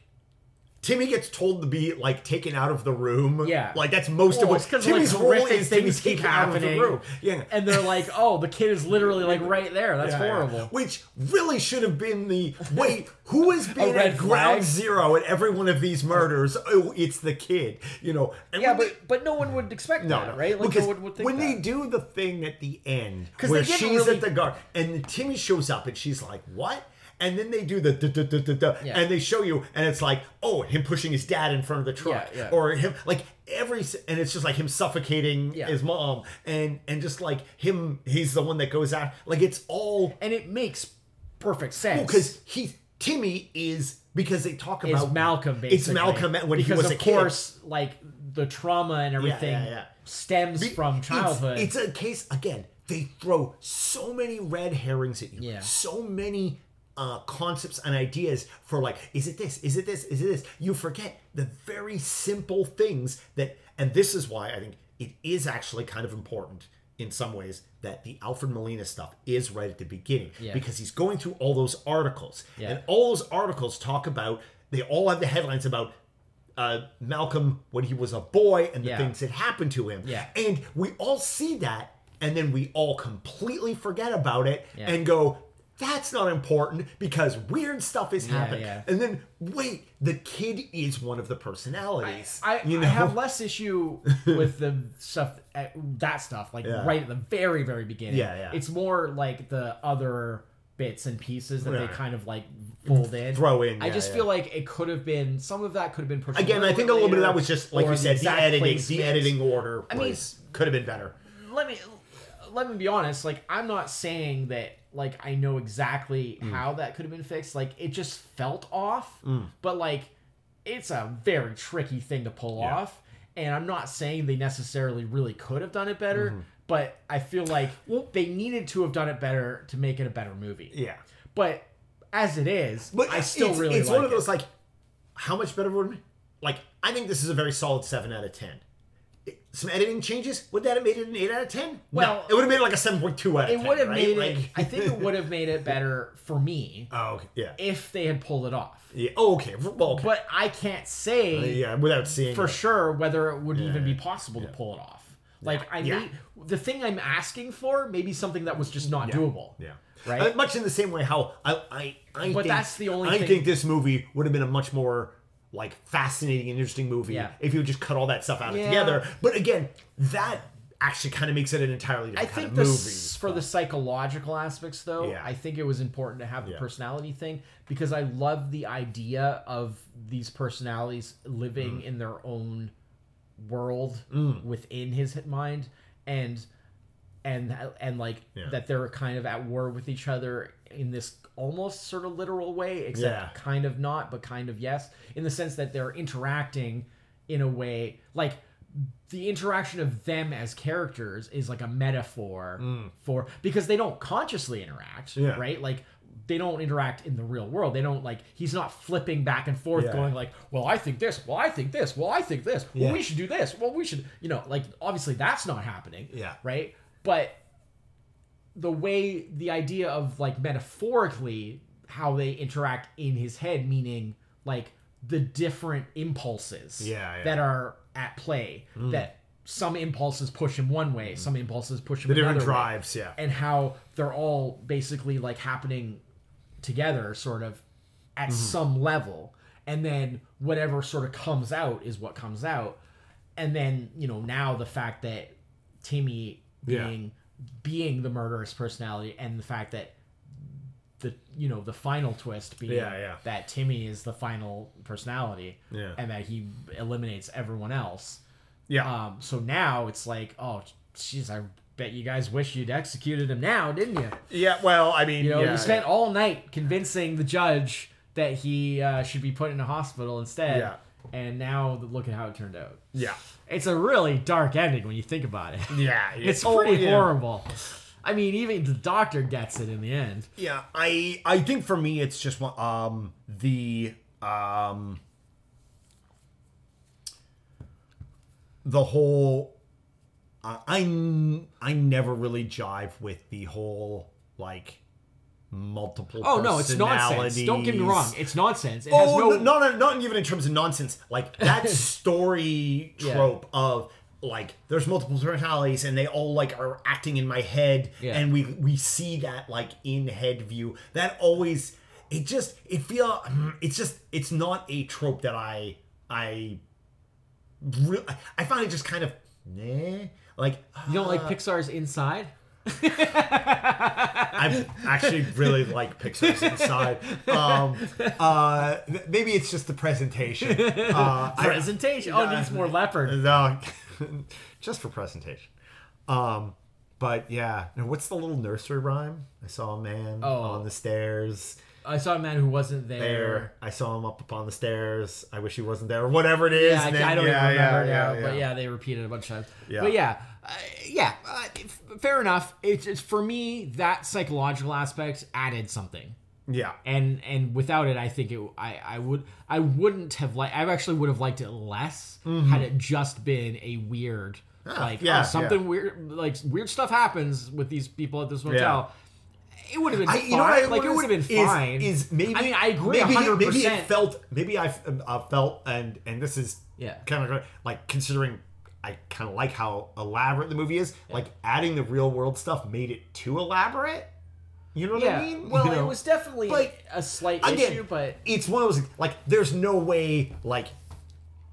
Speaker 1: Timmy gets told to be like taken out of the room.
Speaker 2: Yeah.
Speaker 1: Like that's most of
Speaker 2: Well,
Speaker 1: what
Speaker 2: it's 'cause,
Speaker 1: Timmy's
Speaker 2: like,
Speaker 1: role
Speaker 2: horrific
Speaker 1: is to be
Speaker 2: things keep
Speaker 1: taken out of the
Speaker 2: happening.
Speaker 1: room. Yeah.
Speaker 2: and they're like, "Oh, the kid is literally like right there. That's
Speaker 1: Yeah, yeah.
Speaker 2: horrible."
Speaker 1: Which really should have been the wait. Who
Speaker 2: (laughs)
Speaker 1: has been
Speaker 2: red
Speaker 1: at ground
Speaker 2: flag?
Speaker 1: zero at every one of these murders? Oh, it's the kid. You know. And
Speaker 2: Yeah,
Speaker 1: when they-
Speaker 2: but but no one would expect
Speaker 1: No,
Speaker 2: that,
Speaker 1: no.
Speaker 2: right? Like
Speaker 1: because
Speaker 2: no one would think
Speaker 1: when
Speaker 2: that.
Speaker 1: they do the thing at the end,
Speaker 2: 'Cause
Speaker 1: where
Speaker 2: they didn't
Speaker 1: she's
Speaker 2: really-
Speaker 1: at the guard, and Timmy shows up, and she's like, "What?" And then they do the duh, duh, duh, duh, duh,
Speaker 2: Yeah.
Speaker 1: and they show you, and it's like, "Oh, him pushing his dad in front of the truck,
Speaker 2: Yeah, yeah.
Speaker 1: or him like every," s- and it's just like him suffocating
Speaker 2: Yeah.
Speaker 1: his mom, and and just like him, he's the one that goes out. Like it's all
Speaker 2: and it makes perfect sense
Speaker 1: because he Timmy is because they talk
Speaker 2: it's
Speaker 1: about
Speaker 2: Malcolm basically.
Speaker 1: It's Malcolm when
Speaker 2: because
Speaker 1: he was
Speaker 2: of
Speaker 1: a kid.
Speaker 2: course, like the trauma and everything
Speaker 1: yeah.
Speaker 2: stems
Speaker 1: Be-
Speaker 2: from
Speaker 1: it's-
Speaker 2: childhood.
Speaker 1: It's, a case again. They throw so many red herrings at you.
Speaker 2: Yeah.
Speaker 1: So many uh, concepts and ideas for like, is it this? Is it this? Is it this? You forget the very simple things that, and this is why I think it is actually kind of important in some ways that the Alfred Molina stuff is right at the beginning
Speaker 2: Yeah.
Speaker 1: because he's going through all those articles
Speaker 2: Yeah.
Speaker 1: and all those articles talk about. They all have the headlines about. Uh, Malcolm when he was a boy and the
Speaker 2: Yeah.
Speaker 1: things that happened to him
Speaker 2: Yeah.
Speaker 1: and we all see that, and then we all completely forget about it
Speaker 2: Yeah.
Speaker 1: and go, that's not important because weird stuff is happening.
Speaker 2: yeah.
Speaker 1: And then, wait, the kid is one of the personalities.
Speaker 2: I,
Speaker 1: you
Speaker 2: I
Speaker 1: know?
Speaker 2: have less issue
Speaker 1: (laughs)
Speaker 2: with the stuff at, that stuff like
Speaker 1: Yeah.
Speaker 2: right at the very very beginning.
Speaker 1: Yeah, yeah.
Speaker 2: It's more like the other bits and pieces that they
Speaker 1: Right.
Speaker 2: kind of like fold in.
Speaker 1: Throw in,
Speaker 2: I
Speaker 1: yeah,
Speaker 2: just
Speaker 1: yeah.
Speaker 2: feel like it could have been some of that could have been pushed
Speaker 1: Again, I
Speaker 2: little
Speaker 1: think
Speaker 2: bit
Speaker 1: a little bit of
Speaker 2: later,
Speaker 1: that was just like
Speaker 2: or
Speaker 1: you said, the
Speaker 2: exact
Speaker 1: editing, the
Speaker 2: placement.
Speaker 1: editing order.
Speaker 2: I mean-
Speaker 1: was- could have been better.
Speaker 2: Let me let me be honest. Like I'm not saying that like I know exactly
Speaker 1: Mm.
Speaker 2: how that could have been fixed. Like it just felt off. But like it's a very tricky thing to pull
Speaker 1: Yeah.
Speaker 2: off, and I'm not saying they necessarily really could have done it better.
Speaker 1: Mm-hmm.
Speaker 2: But I feel like they needed to have done it better to make it a better movie.
Speaker 1: Yeah,
Speaker 2: But as it is,
Speaker 1: but
Speaker 2: I still
Speaker 1: it's,
Speaker 2: really
Speaker 1: it's
Speaker 2: like
Speaker 1: one of
Speaker 2: it.
Speaker 1: those like, how much better would it be? like I think this is a very solid seven out of ten. It- Some editing changes would that have made it an eight out of ten?
Speaker 2: Well,
Speaker 1: it would have made it like a seven point two out of
Speaker 2: It
Speaker 1: ten.
Speaker 2: would have
Speaker 1: right?
Speaker 2: made
Speaker 1: like,
Speaker 2: it. I think it would have made it better for me
Speaker 1: Oh, okay. yeah.
Speaker 2: if they had pulled it off.
Speaker 1: yeah. Oh, okay. Well, okay.
Speaker 2: But I can't say
Speaker 1: yeah, without seeing
Speaker 2: for
Speaker 1: it.
Speaker 2: sure whether it would even be possible to pull it off. Like I
Speaker 1: Yeah.
Speaker 2: need the thing I'm asking for, maybe something that was just not doable.
Speaker 1: Yeah.
Speaker 2: Right?
Speaker 1: Uh, much in the same way how I I, I
Speaker 2: But
Speaker 1: think,
Speaker 2: that's the only
Speaker 1: I
Speaker 2: thing-
Speaker 1: think this movie would have been a much more like fascinating and interesting movie
Speaker 2: Yeah.
Speaker 1: if you would just cut all that stuff out
Speaker 2: Yeah.
Speaker 1: together. But again, that actually kind of makes it an entirely
Speaker 2: I
Speaker 1: different kind
Speaker 2: think
Speaker 1: of
Speaker 2: the,
Speaker 1: movie.
Speaker 2: s- for the psychological aspects, though,
Speaker 1: Yeah.
Speaker 2: I think it was important to have the
Speaker 1: Yeah.
Speaker 2: personality thing because I love the idea of these personalities
Speaker 1: Mm.
Speaker 2: living in their own world within his mind, and and and like
Speaker 1: Yeah.
Speaker 2: that they're kind of at war with each other in this almost sort of literal way, except
Speaker 1: Yeah.
Speaker 2: kind of not, but kind of yes, in the sense that they're interacting in a way like the interaction of them as characters is like a metaphor for because they don't consciously interact,
Speaker 1: Mm. Yeah.
Speaker 2: right? Like they don't interact in the real world. They don't like he's not flipping back and forth
Speaker 1: Yeah.
Speaker 2: going like, "Well, I think this. Well, I think this. Well, I think this. Well,
Speaker 1: Yeah.
Speaker 2: we should do this. Well, we should, you know, like obviously that's not happening."
Speaker 1: Yeah.
Speaker 2: Right? But the way the idea of like metaphorically how they interact in his head meaning like the different impulses
Speaker 1: Yeah, Hmm. yeah.
Speaker 2: that are at play that some impulses push him one way some impulses push him
Speaker 1: the different
Speaker 2: another way
Speaker 1: drives, yeah.
Speaker 2: and how they're all basically like happening together sort of at
Speaker 1: Mm-hmm.
Speaker 2: some level and then whatever sort of comes out is what comes out and then you know now the fact that timmy
Speaker 1: Yeah.
Speaker 2: being being the murderous personality and the fact that the you know the final twist being
Speaker 1: Yeah, yeah.
Speaker 2: that timmy is the final personality
Speaker 1: Yeah.
Speaker 2: and that he eliminates everyone else
Speaker 1: yeah.
Speaker 2: um, so now it's like, oh, jeez, I bet you guys wish you'd executed him now, didn't you?
Speaker 1: yeah, well, I mean,
Speaker 2: You know,
Speaker 1: yeah,
Speaker 2: you spent all night convincing the judge that he uh, should be put in a hospital instead.
Speaker 1: Yeah.
Speaker 2: And now look at how it turned out.
Speaker 1: yeah.
Speaker 2: It's a really dark ending when you think about it.
Speaker 1: Yeah, (laughs) yeah.
Speaker 2: It's
Speaker 1: Oh,
Speaker 2: pretty
Speaker 1: yeah.
Speaker 2: horrible. I mean, even the doctor gets it in the end.
Speaker 1: Yeah, I I think for me it's just one um the um the whole uh, I n- I never really jive with the whole like multiple
Speaker 2: Oh no, it's nonsense. Don't get me wrong,
Speaker 1: personalities.
Speaker 2: it's nonsense. It has
Speaker 1: Oh
Speaker 2: no,
Speaker 1: no, no, no, not even in terms of nonsense.
Speaker 2: (laughs)
Speaker 1: Like that story
Speaker 2: Yeah.
Speaker 1: trope of like there's multiple personalities and they all like are acting in my head
Speaker 2: Yeah.
Speaker 1: and we we see that like in head view. That always it just it feel mm, it's just it's not a trope that I I re- I find it just kind of nah. Like
Speaker 2: you don't like Pixar's Inside.
Speaker 1: I actually really like Pixar's
Speaker 2: (laughs)
Speaker 1: Inside. Um, uh, th- maybe it's just the presentation. Uh, I-
Speaker 2: Presentation. Oh, it needs more leopard.
Speaker 1: No, (laughs) just for presentation. Um, but yeah, now what's the little nursery rhyme? I saw a man
Speaker 2: Oh.
Speaker 1: on the stairs.
Speaker 2: I saw a man who wasn't
Speaker 1: There, I saw him up upon the stairs. I wish he wasn't there. or Whatever it is.
Speaker 2: Yeah, I,
Speaker 1: and then-
Speaker 2: I don't
Speaker 1: yeah,
Speaker 2: even
Speaker 1: yeah,
Speaker 2: remember
Speaker 1: yeah,
Speaker 2: now,
Speaker 1: yeah.
Speaker 2: but yeah, they repeated it a bunch of times.
Speaker 1: Yeah.
Speaker 2: But yeah, uh, yeah, uh, f- fair enough. It's, it's for me that psychological aspect added something,
Speaker 1: yeah,
Speaker 2: and and without it, I think it I I would I wouldn't have liked. I actually would have liked it less had it just been a weird like
Speaker 1: Mm-hmm. Ah, yeah,
Speaker 2: oh, something weird like weird stuff happens with these people at this motel. It would have been
Speaker 1: I-
Speaker 2: fine.
Speaker 1: you know what I
Speaker 2: like it
Speaker 1: noticed
Speaker 2: would have been
Speaker 1: is-
Speaker 2: fine.
Speaker 1: Is, maybe
Speaker 2: I mean I agree
Speaker 1: maybe,
Speaker 2: hundred
Speaker 1: Maybe it
Speaker 2: percent.
Speaker 1: felt maybe I f- uh, felt and and this is
Speaker 2: Yeah.
Speaker 1: kind of like considering I kind of like how elaborate the movie is. Like adding the real world stuff made it too elaborate. You know what
Speaker 2: Yeah.
Speaker 1: I mean?
Speaker 2: Well,
Speaker 1: You
Speaker 2: it
Speaker 1: know?
Speaker 2: was definitely
Speaker 1: But,
Speaker 2: a slight
Speaker 1: again,
Speaker 2: issue, but
Speaker 1: it's one of those like there's no way like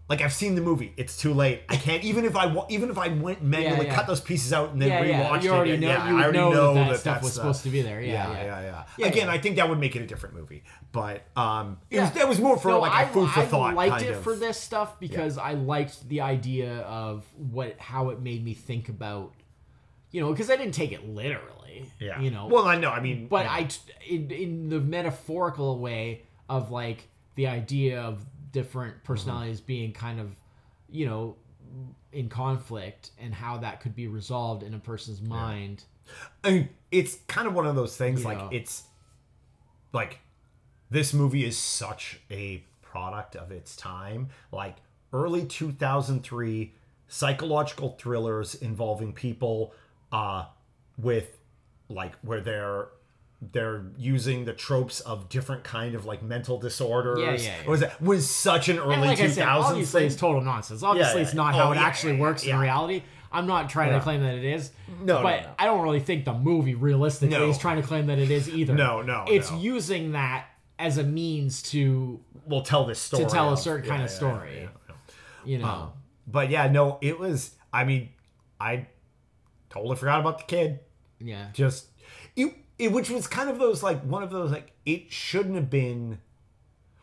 Speaker 1: Like I've seen the movie. It's too late. I can't. Even if I wa- even if I went manually
Speaker 2: yeah.
Speaker 1: cut those pieces out and then
Speaker 2: Yeah, yeah.
Speaker 1: rewatched
Speaker 2: You already
Speaker 1: it,
Speaker 2: know.
Speaker 1: yeah,
Speaker 2: you
Speaker 1: I
Speaker 2: would
Speaker 1: already
Speaker 2: know,
Speaker 1: know
Speaker 2: that, that stuff
Speaker 1: that's
Speaker 2: was
Speaker 1: the-
Speaker 2: supposed to be there. Yeah,
Speaker 1: yeah, yeah, yeah.
Speaker 2: Yeah,
Speaker 1: Again,
Speaker 2: yeah.
Speaker 1: I think that would make it a different movie, but um, it was
Speaker 2: Yeah.
Speaker 1: that was more for
Speaker 2: No,
Speaker 1: like a food for thought.
Speaker 2: I liked
Speaker 1: kind
Speaker 2: it
Speaker 1: of.
Speaker 2: for this stuff because I liked the idea of what how it made me think about, you know, because I didn't take it literally.
Speaker 1: yeah.
Speaker 2: You know.
Speaker 1: well, I know. I mean,
Speaker 2: but
Speaker 1: yeah.
Speaker 2: I t- in, in the metaphorical way of like the idea of
Speaker 1: Mm-hmm.
Speaker 2: different personalities being kind of you know in conflict and how that could be resolved in a person's mind
Speaker 1: I mean, it's kind of one of those things. Like
Speaker 2: Yeah.
Speaker 1: it's like this movie is such a product of its time. Like early 2003 psychological thrillers involving people uh, with like where they're they're using the tropes of different kind of like mental disorders.
Speaker 2: yeah, yeah.
Speaker 1: Was that was such an early
Speaker 2: and like
Speaker 1: 2000s
Speaker 2: i said obviously
Speaker 1: thing.
Speaker 2: it's total nonsense obviously
Speaker 1: yeah.
Speaker 2: it's not
Speaker 1: Oh,
Speaker 2: how it
Speaker 1: yeah,
Speaker 2: actually
Speaker 1: yeah,
Speaker 2: works
Speaker 1: yeah.
Speaker 2: in reality i'm not trying
Speaker 1: Yeah.
Speaker 2: to claim that it is
Speaker 1: No, no,
Speaker 2: but
Speaker 1: no.
Speaker 2: i don't really think the movie realistically
Speaker 1: No.
Speaker 2: is trying to claim that it is either
Speaker 1: No, no,
Speaker 2: it's
Speaker 1: no.
Speaker 2: using that as a means to
Speaker 1: we'll tell this story
Speaker 2: to tell a
Speaker 1: of-
Speaker 2: certain
Speaker 1: yeah,
Speaker 2: kind of
Speaker 1: yeah,
Speaker 2: story
Speaker 1: yeah, Um, yeah.
Speaker 2: you know
Speaker 1: But yeah, no, it was. I mean, I totally forgot about the kid.
Speaker 2: yeah
Speaker 1: Just it, it, which was kind of those like one of those like it shouldn't have been.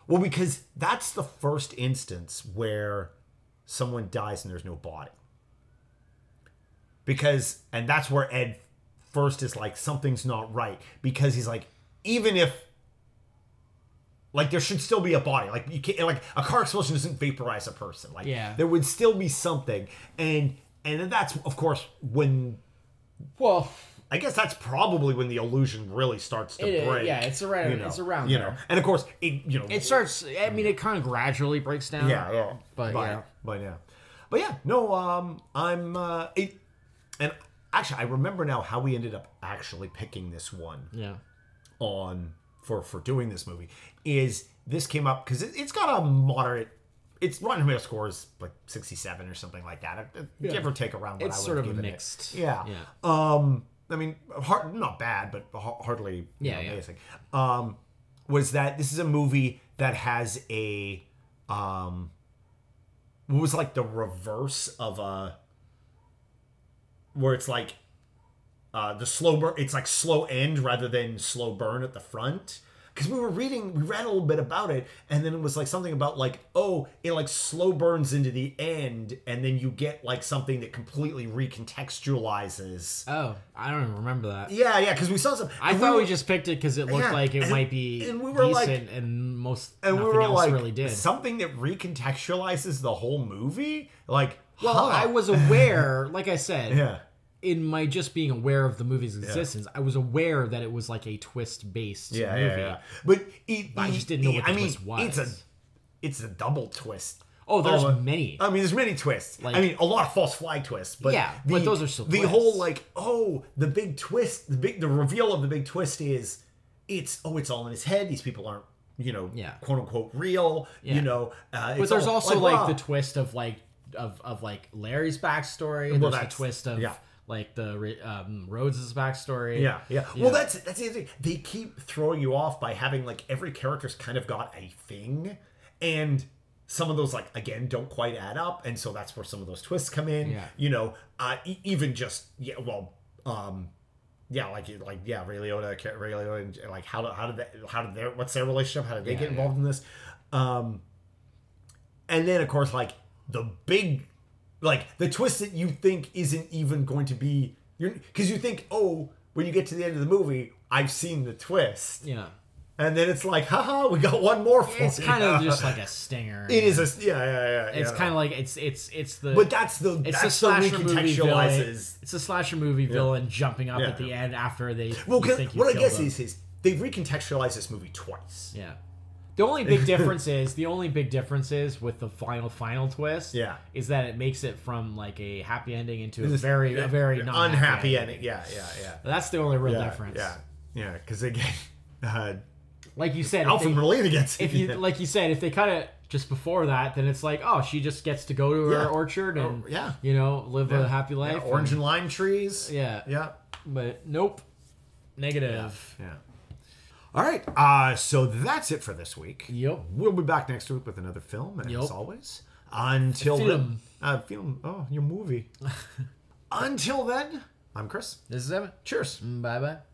Speaker 1: Well, because that's the first instance where someone dies and there's no body. Because and that's where Ed first is like something's not right because he's like even if like there should still be a body like you can't like a car explosion doesn't vaporize a person like
Speaker 2: Yeah.
Speaker 1: there would still be something and and then that's of course when
Speaker 2: well
Speaker 1: I guess that's probably when the illusion really starts to
Speaker 2: It-
Speaker 1: break.
Speaker 2: yeah, it's around- it's around
Speaker 1: You
Speaker 2: there.
Speaker 1: know, and of course, it you know,
Speaker 2: It starts. I mean, it kind of gradually breaks down.
Speaker 1: yeah, yeah,
Speaker 2: But,
Speaker 1: but
Speaker 2: yeah.
Speaker 1: but yeah, but yeah, no, um, I'm uh, it, and actually, I remember now how we ended up actually picking this one
Speaker 2: yeah,
Speaker 1: on for for doing this movie is this came up because it, it's got a moderate. It's Rotten Tomato scores like sixty seven or something like that, Uh, give or take around. What I
Speaker 2: It's
Speaker 1: would've
Speaker 2: sort of a
Speaker 1: given it.
Speaker 2: mixed.
Speaker 1: Yeah.
Speaker 2: Yeah.
Speaker 1: Um, I mean, hard, not bad, but ha- hardly you
Speaker 2: Yeah,
Speaker 1: know,
Speaker 2: yeah.
Speaker 1: amazing. Um, was that this is a movie that has a um, what was like the reverse of a where it's like uh, the slow burn. It's like slow end rather than slow burn at the front. Because we were reading, we read a little bit about it, and then it was like something about like, oh, it like slow burns into the end, and then you get like something that completely recontextualizes.
Speaker 2: Oh, I don't even remember that.
Speaker 1: Yeah, yeah, because we saw some.
Speaker 2: I
Speaker 1: and
Speaker 2: thought
Speaker 1: were-
Speaker 2: we just picked it because it looked
Speaker 1: Yeah,
Speaker 2: like it
Speaker 1: and-
Speaker 2: might be
Speaker 1: and we were like-
Speaker 2: decent, and most
Speaker 1: and we
Speaker 2: nothing
Speaker 1: were
Speaker 2: else
Speaker 1: like
Speaker 2: really did.
Speaker 1: something that recontextualizes the whole movie. Like,
Speaker 2: well,
Speaker 1: huh.
Speaker 2: I
Speaker 1: (laughs)
Speaker 2: was aware, like I said,
Speaker 1: yeah,
Speaker 2: in my just being aware of the movie's existence, I was aware that it was like a twist based
Speaker 1: yeah,
Speaker 2: movie.
Speaker 1: yeah, yeah. But, it,
Speaker 2: I
Speaker 1: it-
Speaker 2: just didn't know
Speaker 1: it-
Speaker 2: what the
Speaker 1: I mean,
Speaker 2: twist was.
Speaker 1: It's a, it's a double twist.
Speaker 2: Oh, there's
Speaker 1: Oh,
Speaker 2: many.
Speaker 1: I mean, there's many twists.
Speaker 2: Like-
Speaker 1: I mean, a lot of false flag twists. But
Speaker 2: Yeah, but those are still
Speaker 1: the
Speaker 2: twists.
Speaker 1: whole like, oh, the big twist, the big, the reveal of the big twist is, it's oh, it's all in his head. These people aren't, you know,
Speaker 2: Yeah.
Speaker 1: quote unquote real.
Speaker 2: Yeah.
Speaker 1: You know, uh,
Speaker 2: but there's also like,
Speaker 1: the
Speaker 2: the twist of like of of like Larry's backstory. and
Speaker 1: Well,
Speaker 2: there's the
Speaker 1: that's-
Speaker 2: twist of
Speaker 1: yeah.
Speaker 2: like the re- um, Rhodes's backstory.
Speaker 1: Yeah, yeah.
Speaker 2: You
Speaker 1: Well,
Speaker 2: know?
Speaker 1: that's that's the other thing. They keep throwing you off by having like every character's kind of got a thing, and some of those like again don't quite add up, and so that's where some of those twists come in.
Speaker 2: Yeah.
Speaker 1: You know, uh, e- even just yeah, well, um, yeah, like you- like yeah, Ray Liotta, Ca- Ray Liotta, and like how do how did that how did their what's their relationship? How did they
Speaker 2: Yeah,
Speaker 1: get
Speaker 2: yeah.
Speaker 1: involved in this? Um, and then of course like the big like the twist that you think isn't even going to be you're because you think oh when you get to the end of the movie i've seen the twist
Speaker 2: yeah.
Speaker 1: and then it's like haha we got one more for
Speaker 2: It's
Speaker 1: you." (laughs)
Speaker 2: kind of just like a stinger.
Speaker 1: it is a yeah yeah yeah
Speaker 2: It's
Speaker 1: yeah.
Speaker 2: kind of like it's it's it's the
Speaker 1: but that's the
Speaker 2: it's
Speaker 1: that's
Speaker 2: the
Speaker 1: the
Speaker 2: slasher movie villain.
Speaker 1: recontextualizes
Speaker 2: It's a slasher movie villain jumping up
Speaker 1: Yeah.
Speaker 2: at the end after they.
Speaker 1: well
Speaker 2: you
Speaker 1: 'cause
Speaker 2: think you
Speaker 1: what i
Speaker 2: killed
Speaker 1: guess
Speaker 2: them.
Speaker 1: is is they recontextualize this movie twice
Speaker 2: yeah. The
Speaker 1: (laughs)
Speaker 2: only big difference is the only big difference is with the final final twist.
Speaker 1: Yeah.
Speaker 2: is that it makes it from like a happy ending into a
Speaker 1: This-
Speaker 2: very a very
Speaker 1: yeah,
Speaker 2: not
Speaker 1: unhappy ending yeah yeah yeah
Speaker 2: That's the only real
Speaker 1: yeah
Speaker 2: difference.
Speaker 1: yeah yeah because again (laughs) uh
Speaker 2: Like you said, if,
Speaker 1: alfred
Speaker 2: they,
Speaker 1: Molina gets
Speaker 2: if you
Speaker 1: (laughs)
Speaker 2: like you said, if they cut it just before that, then it's like, oh, she just gets to go to her
Speaker 1: Yeah.
Speaker 2: orchard and
Speaker 1: yeah.
Speaker 2: you know, live a happy life.
Speaker 1: Yeah, orange and lime trees
Speaker 2: and- yeah.
Speaker 1: yeah
Speaker 2: But nope. Negative.
Speaker 1: Yeah. All right. Uh, so that's it for this week.
Speaker 2: Yep.
Speaker 1: We'll be back next week with another film. And
Speaker 2: Yep.
Speaker 1: as always, Until
Speaker 2: Film.
Speaker 1: then, uh, film. Oh, (laughs) your movie. Until then, I'm Chris.
Speaker 2: This is Evan. Mm,
Speaker 1: Cheers.
Speaker 2: Bye bye.